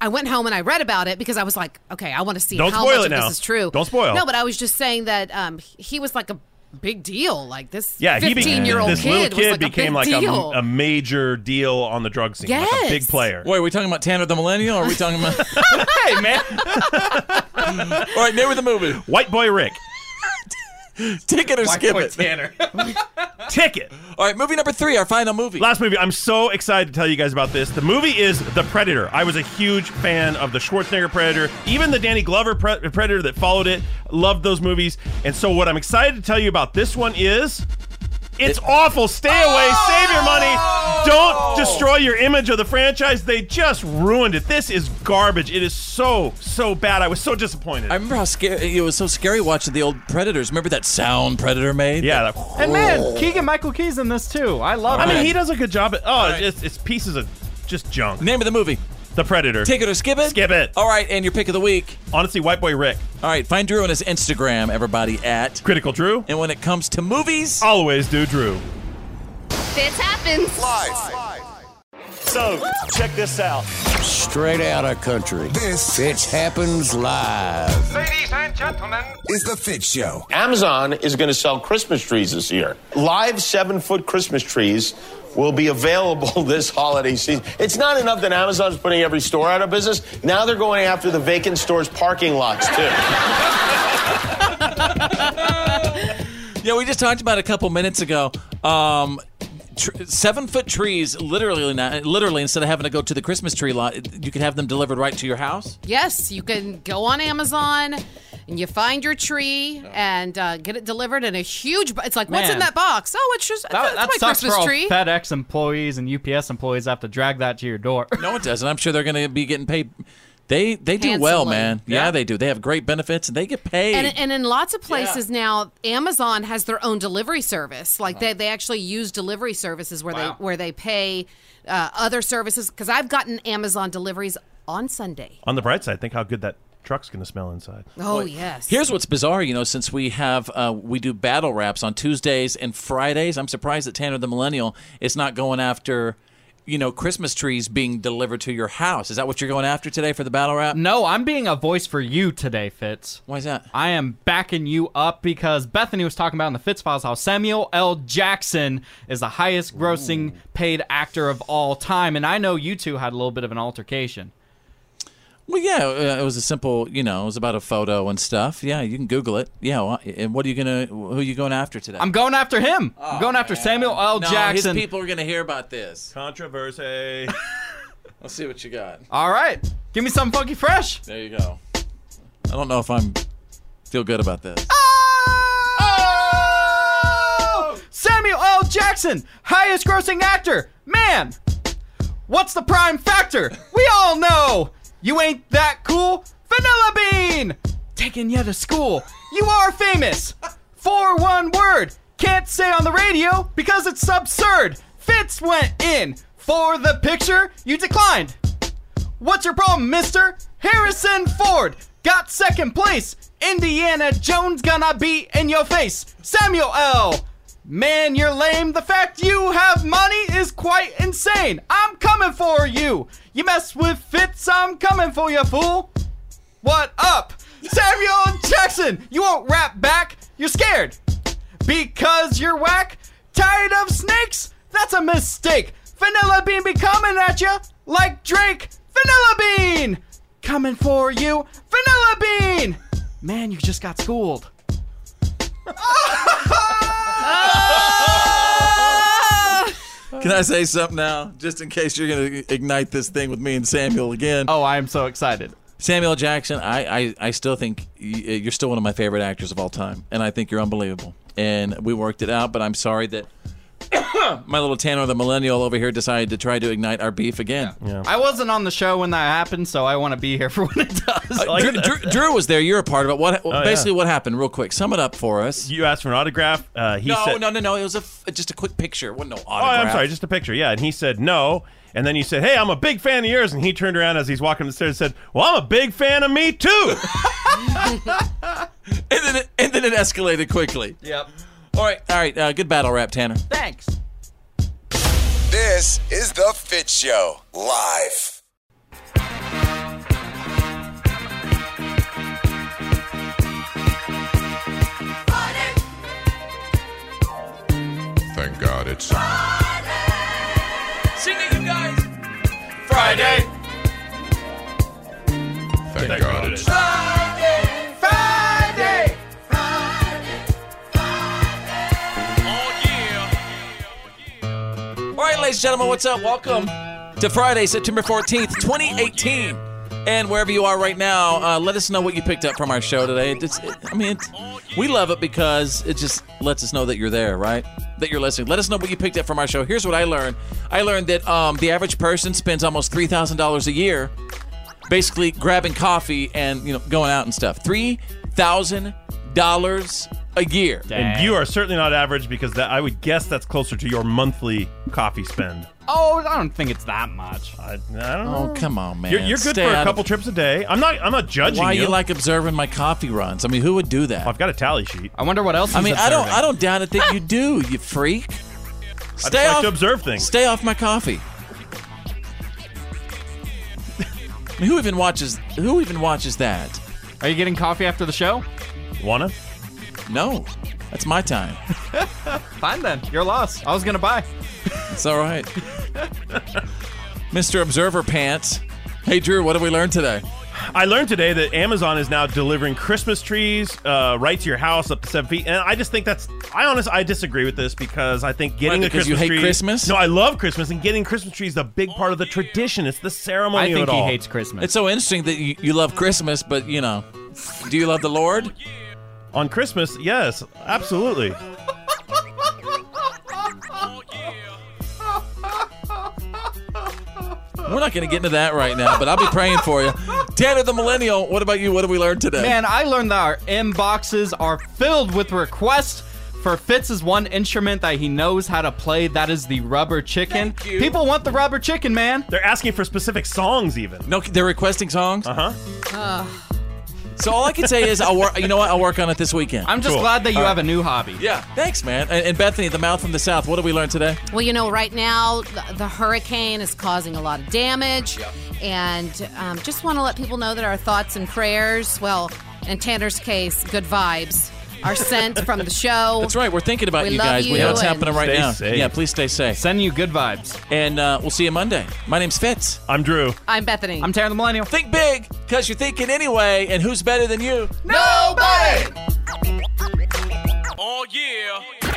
[SPEAKER 4] I went home and I read about it because I was like, okay, I want to see
[SPEAKER 10] Don't
[SPEAKER 4] how
[SPEAKER 10] spoil
[SPEAKER 4] much
[SPEAKER 10] it
[SPEAKER 4] of
[SPEAKER 10] now.
[SPEAKER 4] this is true.
[SPEAKER 10] Don't spoil.
[SPEAKER 4] No, but I was just saying that um, he was like a big deal. Like this.
[SPEAKER 10] Yeah, he became
[SPEAKER 4] fifteen year old
[SPEAKER 10] this little
[SPEAKER 4] kid,
[SPEAKER 10] kid
[SPEAKER 4] was like
[SPEAKER 10] became
[SPEAKER 4] a
[SPEAKER 10] like
[SPEAKER 4] big
[SPEAKER 10] a,
[SPEAKER 4] deal.
[SPEAKER 10] a major deal on the drug scene, like a big
[SPEAKER 4] Yes.
[SPEAKER 10] player.
[SPEAKER 1] Wait, are we talking about Tanner the Millennial? Or are we talking about? hey man! All right, name of the movie.
[SPEAKER 10] White Boy Rick.
[SPEAKER 1] Ticket or
[SPEAKER 10] White
[SPEAKER 1] skip
[SPEAKER 10] Boy
[SPEAKER 1] it.
[SPEAKER 6] Tanner.
[SPEAKER 10] Ticket.
[SPEAKER 1] All right, movie number three, our final movie.
[SPEAKER 10] Last movie. I'm so excited to tell you guys about this. The movie is The Predator. I was a huge fan of the Schwarzenegger Predator, even the Danny Glover pre- Predator that followed it. Loved those movies. And so, what I'm excited to tell you about this one is. It's awful. Stay away. Save your money.
[SPEAKER 1] Oh!
[SPEAKER 10] Don't destroy your image of the franchise. They just ruined it. This is garbage. It is so, so bad. I was so disappointed.
[SPEAKER 1] I remember how scary it was. So scary watching the old Predators. Remember that sound Predator made?
[SPEAKER 10] Yeah.
[SPEAKER 6] And
[SPEAKER 1] Oh.
[SPEAKER 6] man, Keegan Michael Key's in this too. I love
[SPEAKER 10] I
[SPEAKER 6] it.
[SPEAKER 10] mean, he does a good job. At, oh, it's, it's pieces of just junk.
[SPEAKER 1] Name of the movie.
[SPEAKER 10] The Predator.
[SPEAKER 1] Take it or skip it?
[SPEAKER 10] Skip it.
[SPEAKER 1] All right, and your pick of the week.
[SPEAKER 10] Honestly, White Boy Rick.
[SPEAKER 1] All right, find Drew on his Instagram, everybody, at
[SPEAKER 10] Critical Drew.
[SPEAKER 1] And when it comes to movies,
[SPEAKER 10] always do Drew.
[SPEAKER 12] Fits happens. Live.
[SPEAKER 24] So, check this out.
[SPEAKER 2] Straight out of country. This Fitch happens live.
[SPEAKER 24] Ladies and gentlemen,
[SPEAKER 2] Is the Fitch Show.
[SPEAKER 24] Amazon is going to sell Christmas trees this year. Live seven foot Christmas trees will be available this holiday season. It's not enough that Amazon's putting every store out of business. Now they're going after the vacant stores' parking lots, too.
[SPEAKER 1] yeah, we just talked about it a couple minutes ago. Um, tr- seven foot trees, literally, not, literally, instead of having to go to the Christmas tree lot, you could have them delivered right to your house.
[SPEAKER 4] Yes, you can go on Amazon and you find your tree and uh, get it delivered in a huge. Bo- it's like, what's in
[SPEAKER 6] Man.
[SPEAKER 4] that box? Oh, it's just
[SPEAKER 6] That,
[SPEAKER 4] that's,
[SPEAKER 6] that
[SPEAKER 4] my
[SPEAKER 6] sucks
[SPEAKER 4] Christmas
[SPEAKER 6] for all
[SPEAKER 4] tree.
[SPEAKER 6] FedEx employees and UPS employees have to drag that to your door.
[SPEAKER 1] No, it doesn't. I'm sure they're going to be getting paid. They they do well,
[SPEAKER 4] Handsomely.
[SPEAKER 1] man. Yeah, they do. They have great benefits and they get paid.
[SPEAKER 4] And, and in lots of places now, Amazon has their own delivery service. Like they, they actually use delivery services where
[SPEAKER 1] Wow.
[SPEAKER 4] they where they pay uh, other services. Because I've gotten Amazon deliveries on Sunday.
[SPEAKER 10] On the bright side, think how good that truck's going to smell inside.
[SPEAKER 4] Oh yes.
[SPEAKER 1] Here's what's bizarre, you know, since we have uh, we do battle raps on Tuesdays and Fridays. I'm surprised that Tanner the Millennial is not going after, you know, Christmas trees being delivered to your house. Is that what you're going after today for the battle
[SPEAKER 4] Mm.
[SPEAKER 1] rap?
[SPEAKER 6] No, I'm being a voice for you today, Fitz.
[SPEAKER 1] Why's that?
[SPEAKER 6] I am backing you up because Bethany was talking about in the Fitz Files how Samuel L. Jackson is the highest grossing paid actor of all time. And I know you two had a little bit of an altercation.
[SPEAKER 1] Well, yeah, uh, it was a simple, you know, it was about a photo and stuff. Yeah, you can Google it. Yeah, well, and what are you gonna? Who are you going after today?
[SPEAKER 6] I'm going after him. I'm going after Samuel L.
[SPEAKER 1] Oh, No,
[SPEAKER 6] Jackson.
[SPEAKER 1] His people are gonna hear about this.
[SPEAKER 10] Controversy.
[SPEAKER 1] Let's see what you got.
[SPEAKER 6] All right. Give me something funky fresh.
[SPEAKER 1] There you go. I don't know if I'm feel good about this.
[SPEAKER 6] Oh! Samuel L. Jackson, highest grossing actor. Man, what's the prime factor? We all know you ain't that cool. Vanilla Bean! Taking you to school. You are famous. For one word. Can't say on the radio because it's absurd. Fitz went in. For the picture, you declined. What's your problem, mister? Harrison Ford got second place. Indiana Jones gonna be in your face. Samuel L. Man, you're lame. The fact you have money is quite insane. I'm coming for you. You mess with Fitz, I'm coming for you, fool. What up? Samuel Jackson, you won't rap back. You're scared. Because you're whack? Tired of snakes? That's a mistake. Vanilla Bean be coming at you like Drake. Vanilla Bean! Coming for you. Vanilla Bean! Man, you just got schooled. Uh.
[SPEAKER 1] Can I say something now, just in case you're going to ignite this thing with me and Samuel again?
[SPEAKER 6] Oh, I am so excited.
[SPEAKER 1] Samuel Jackson, I, I, I still think y- you're still one of my favorite actors of all time, and I think you're unbelievable. And we worked it out, but I'm sorry that my little Tanner, the millennial over here, decided to try to ignite our beef again. Uh,
[SPEAKER 6] Yeah. I wasn't on the show when that happened, so I want to be here for when it does.
[SPEAKER 1] Uh, Drew, Drew, Drew, was there. You're a part of it. What oh, basically yeah. what happened? Real quick, sum it up for us.
[SPEAKER 10] You asked for an autograph. Uh, he
[SPEAKER 1] no,
[SPEAKER 10] said,
[SPEAKER 1] no, no, no. It was a f- just a quick picture. What no autograph?
[SPEAKER 10] Oh, I'm sorry, just a picture. Yeah, and he said no. And then you said, "Hey, I'm a big fan of yours." And he turned around as he's walking the stairs and said, "Well, I'm a big fan of me too."
[SPEAKER 1] and then it, and then it escalated quickly.
[SPEAKER 6] Yep.
[SPEAKER 1] All right, all right. Uh, good battle rap, Tanner.
[SPEAKER 6] Thanks.
[SPEAKER 2] This is the Fit Show live.
[SPEAKER 11] Thank God it's
[SPEAKER 15] Friday. Sing it, you guys.
[SPEAKER 11] Friday. Thank, Thank God, God it's
[SPEAKER 15] Friday. Friday.
[SPEAKER 1] All right, ladies and gentlemen, what's up? Welcome to Friday, September 14th, 2018. And wherever you are right now, uh, let us know what you picked up from our show today. It's, it, I mean, we love it because it just lets us know that you're there, right? That you're listening. Let us know what you picked up from our show. Here's what I learned I learned that um, the average person spends almost $3,000 a year basically grabbing coffee and, you know, going out and stuff. $3,000 a year.
[SPEAKER 10] Dang. And you are certainly not average because that I would guess that's closer to your monthly coffee spend.
[SPEAKER 6] Oh, I don't think it's that much.
[SPEAKER 10] I, I don't know.
[SPEAKER 1] Oh, come on, man.
[SPEAKER 10] You're, you're good Stay for a couple of... trips a day. I'm not. I'm not judging.
[SPEAKER 1] Why
[SPEAKER 10] you.
[SPEAKER 1] you like observing my coffee runs? I mean, who would do that?
[SPEAKER 10] Well, I've got a tally sheet.
[SPEAKER 6] I wonder what else.
[SPEAKER 1] I mean, I
[SPEAKER 6] observing.
[SPEAKER 1] don't. I don't doubt it that you do. You freak. Stay
[SPEAKER 10] like
[SPEAKER 1] off.
[SPEAKER 10] to observe things.
[SPEAKER 1] Stay off my coffee. I mean, who even watches? Who even watches that?
[SPEAKER 6] Are you getting coffee after the show?
[SPEAKER 10] Wanna?
[SPEAKER 1] No, that's my time.
[SPEAKER 6] Fine then, your loss. I was gonna buy.
[SPEAKER 1] It's all right, Mr. Observer Pants. Hey Drew, what did we learn today?
[SPEAKER 10] I learned today that Amazon is now delivering Christmas trees uh, right to your house up to seven feet, and I just think that's I honestly I disagree with this because I think getting
[SPEAKER 1] right,
[SPEAKER 10] a Christmas
[SPEAKER 1] you hate
[SPEAKER 10] tree,
[SPEAKER 1] Christmas.
[SPEAKER 10] No, I love Christmas, and getting Christmas trees is a big part of the tradition. It's the ceremony.
[SPEAKER 6] I think
[SPEAKER 10] of
[SPEAKER 6] he
[SPEAKER 10] all.
[SPEAKER 6] hates Christmas.
[SPEAKER 1] It's so interesting that you, you love Christmas, but you know, do you love the Lord?
[SPEAKER 10] on Christmas, yes, absolutely.
[SPEAKER 1] We're not going to get into that right now, but I'll be praying for you. Tanner the Millennial, what about you? What have we learned today?
[SPEAKER 6] Man, I learned that our inboxes are filled with requests for Fitz's one instrument that he knows how to play. That is the rubber chicken. People want the rubber chicken, man.
[SPEAKER 10] They're asking for specific songs, even.
[SPEAKER 1] No, they're requesting songs?
[SPEAKER 10] Uh-huh. Uh.
[SPEAKER 1] So all I can say is, I'll work. You know what? I'll work on it this weekend.
[SPEAKER 6] I'm just cool. glad that you uh, have a new hobby.
[SPEAKER 1] Yeah, thanks, man. And, and, Bethany, the mouth from the south. What did we learn today?
[SPEAKER 4] Well, you know, right now the, the hurricane is causing a lot of damage, yep. and um, just want to let people know that our thoughts and prayers. Well, in Tanner's case, good vibes. Are sent from the show.
[SPEAKER 1] That's right. We're thinking about
[SPEAKER 4] we
[SPEAKER 1] you guys.
[SPEAKER 4] You
[SPEAKER 1] we know what's happening right
[SPEAKER 10] stay
[SPEAKER 1] now.
[SPEAKER 10] Safe.
[SPEAKER 1] Yeah, please stay safe.
[SPEAKER 6] Sending you good vibes.
[SPEAKER 1] And uh, we'll see you Monday. My name's Fitz.
[SPEAKER 10] I'm Drew.
[SPEAKER 4] I'm Bethany.
[SPEAKER 6] I'm Tanner the Millennial.
[SPEAKER 1] Think big, because you're thinking anyway, and who's better than you?
[SPEAKER 15] Nobody!
[SPEAKER 2] Oh, yeah.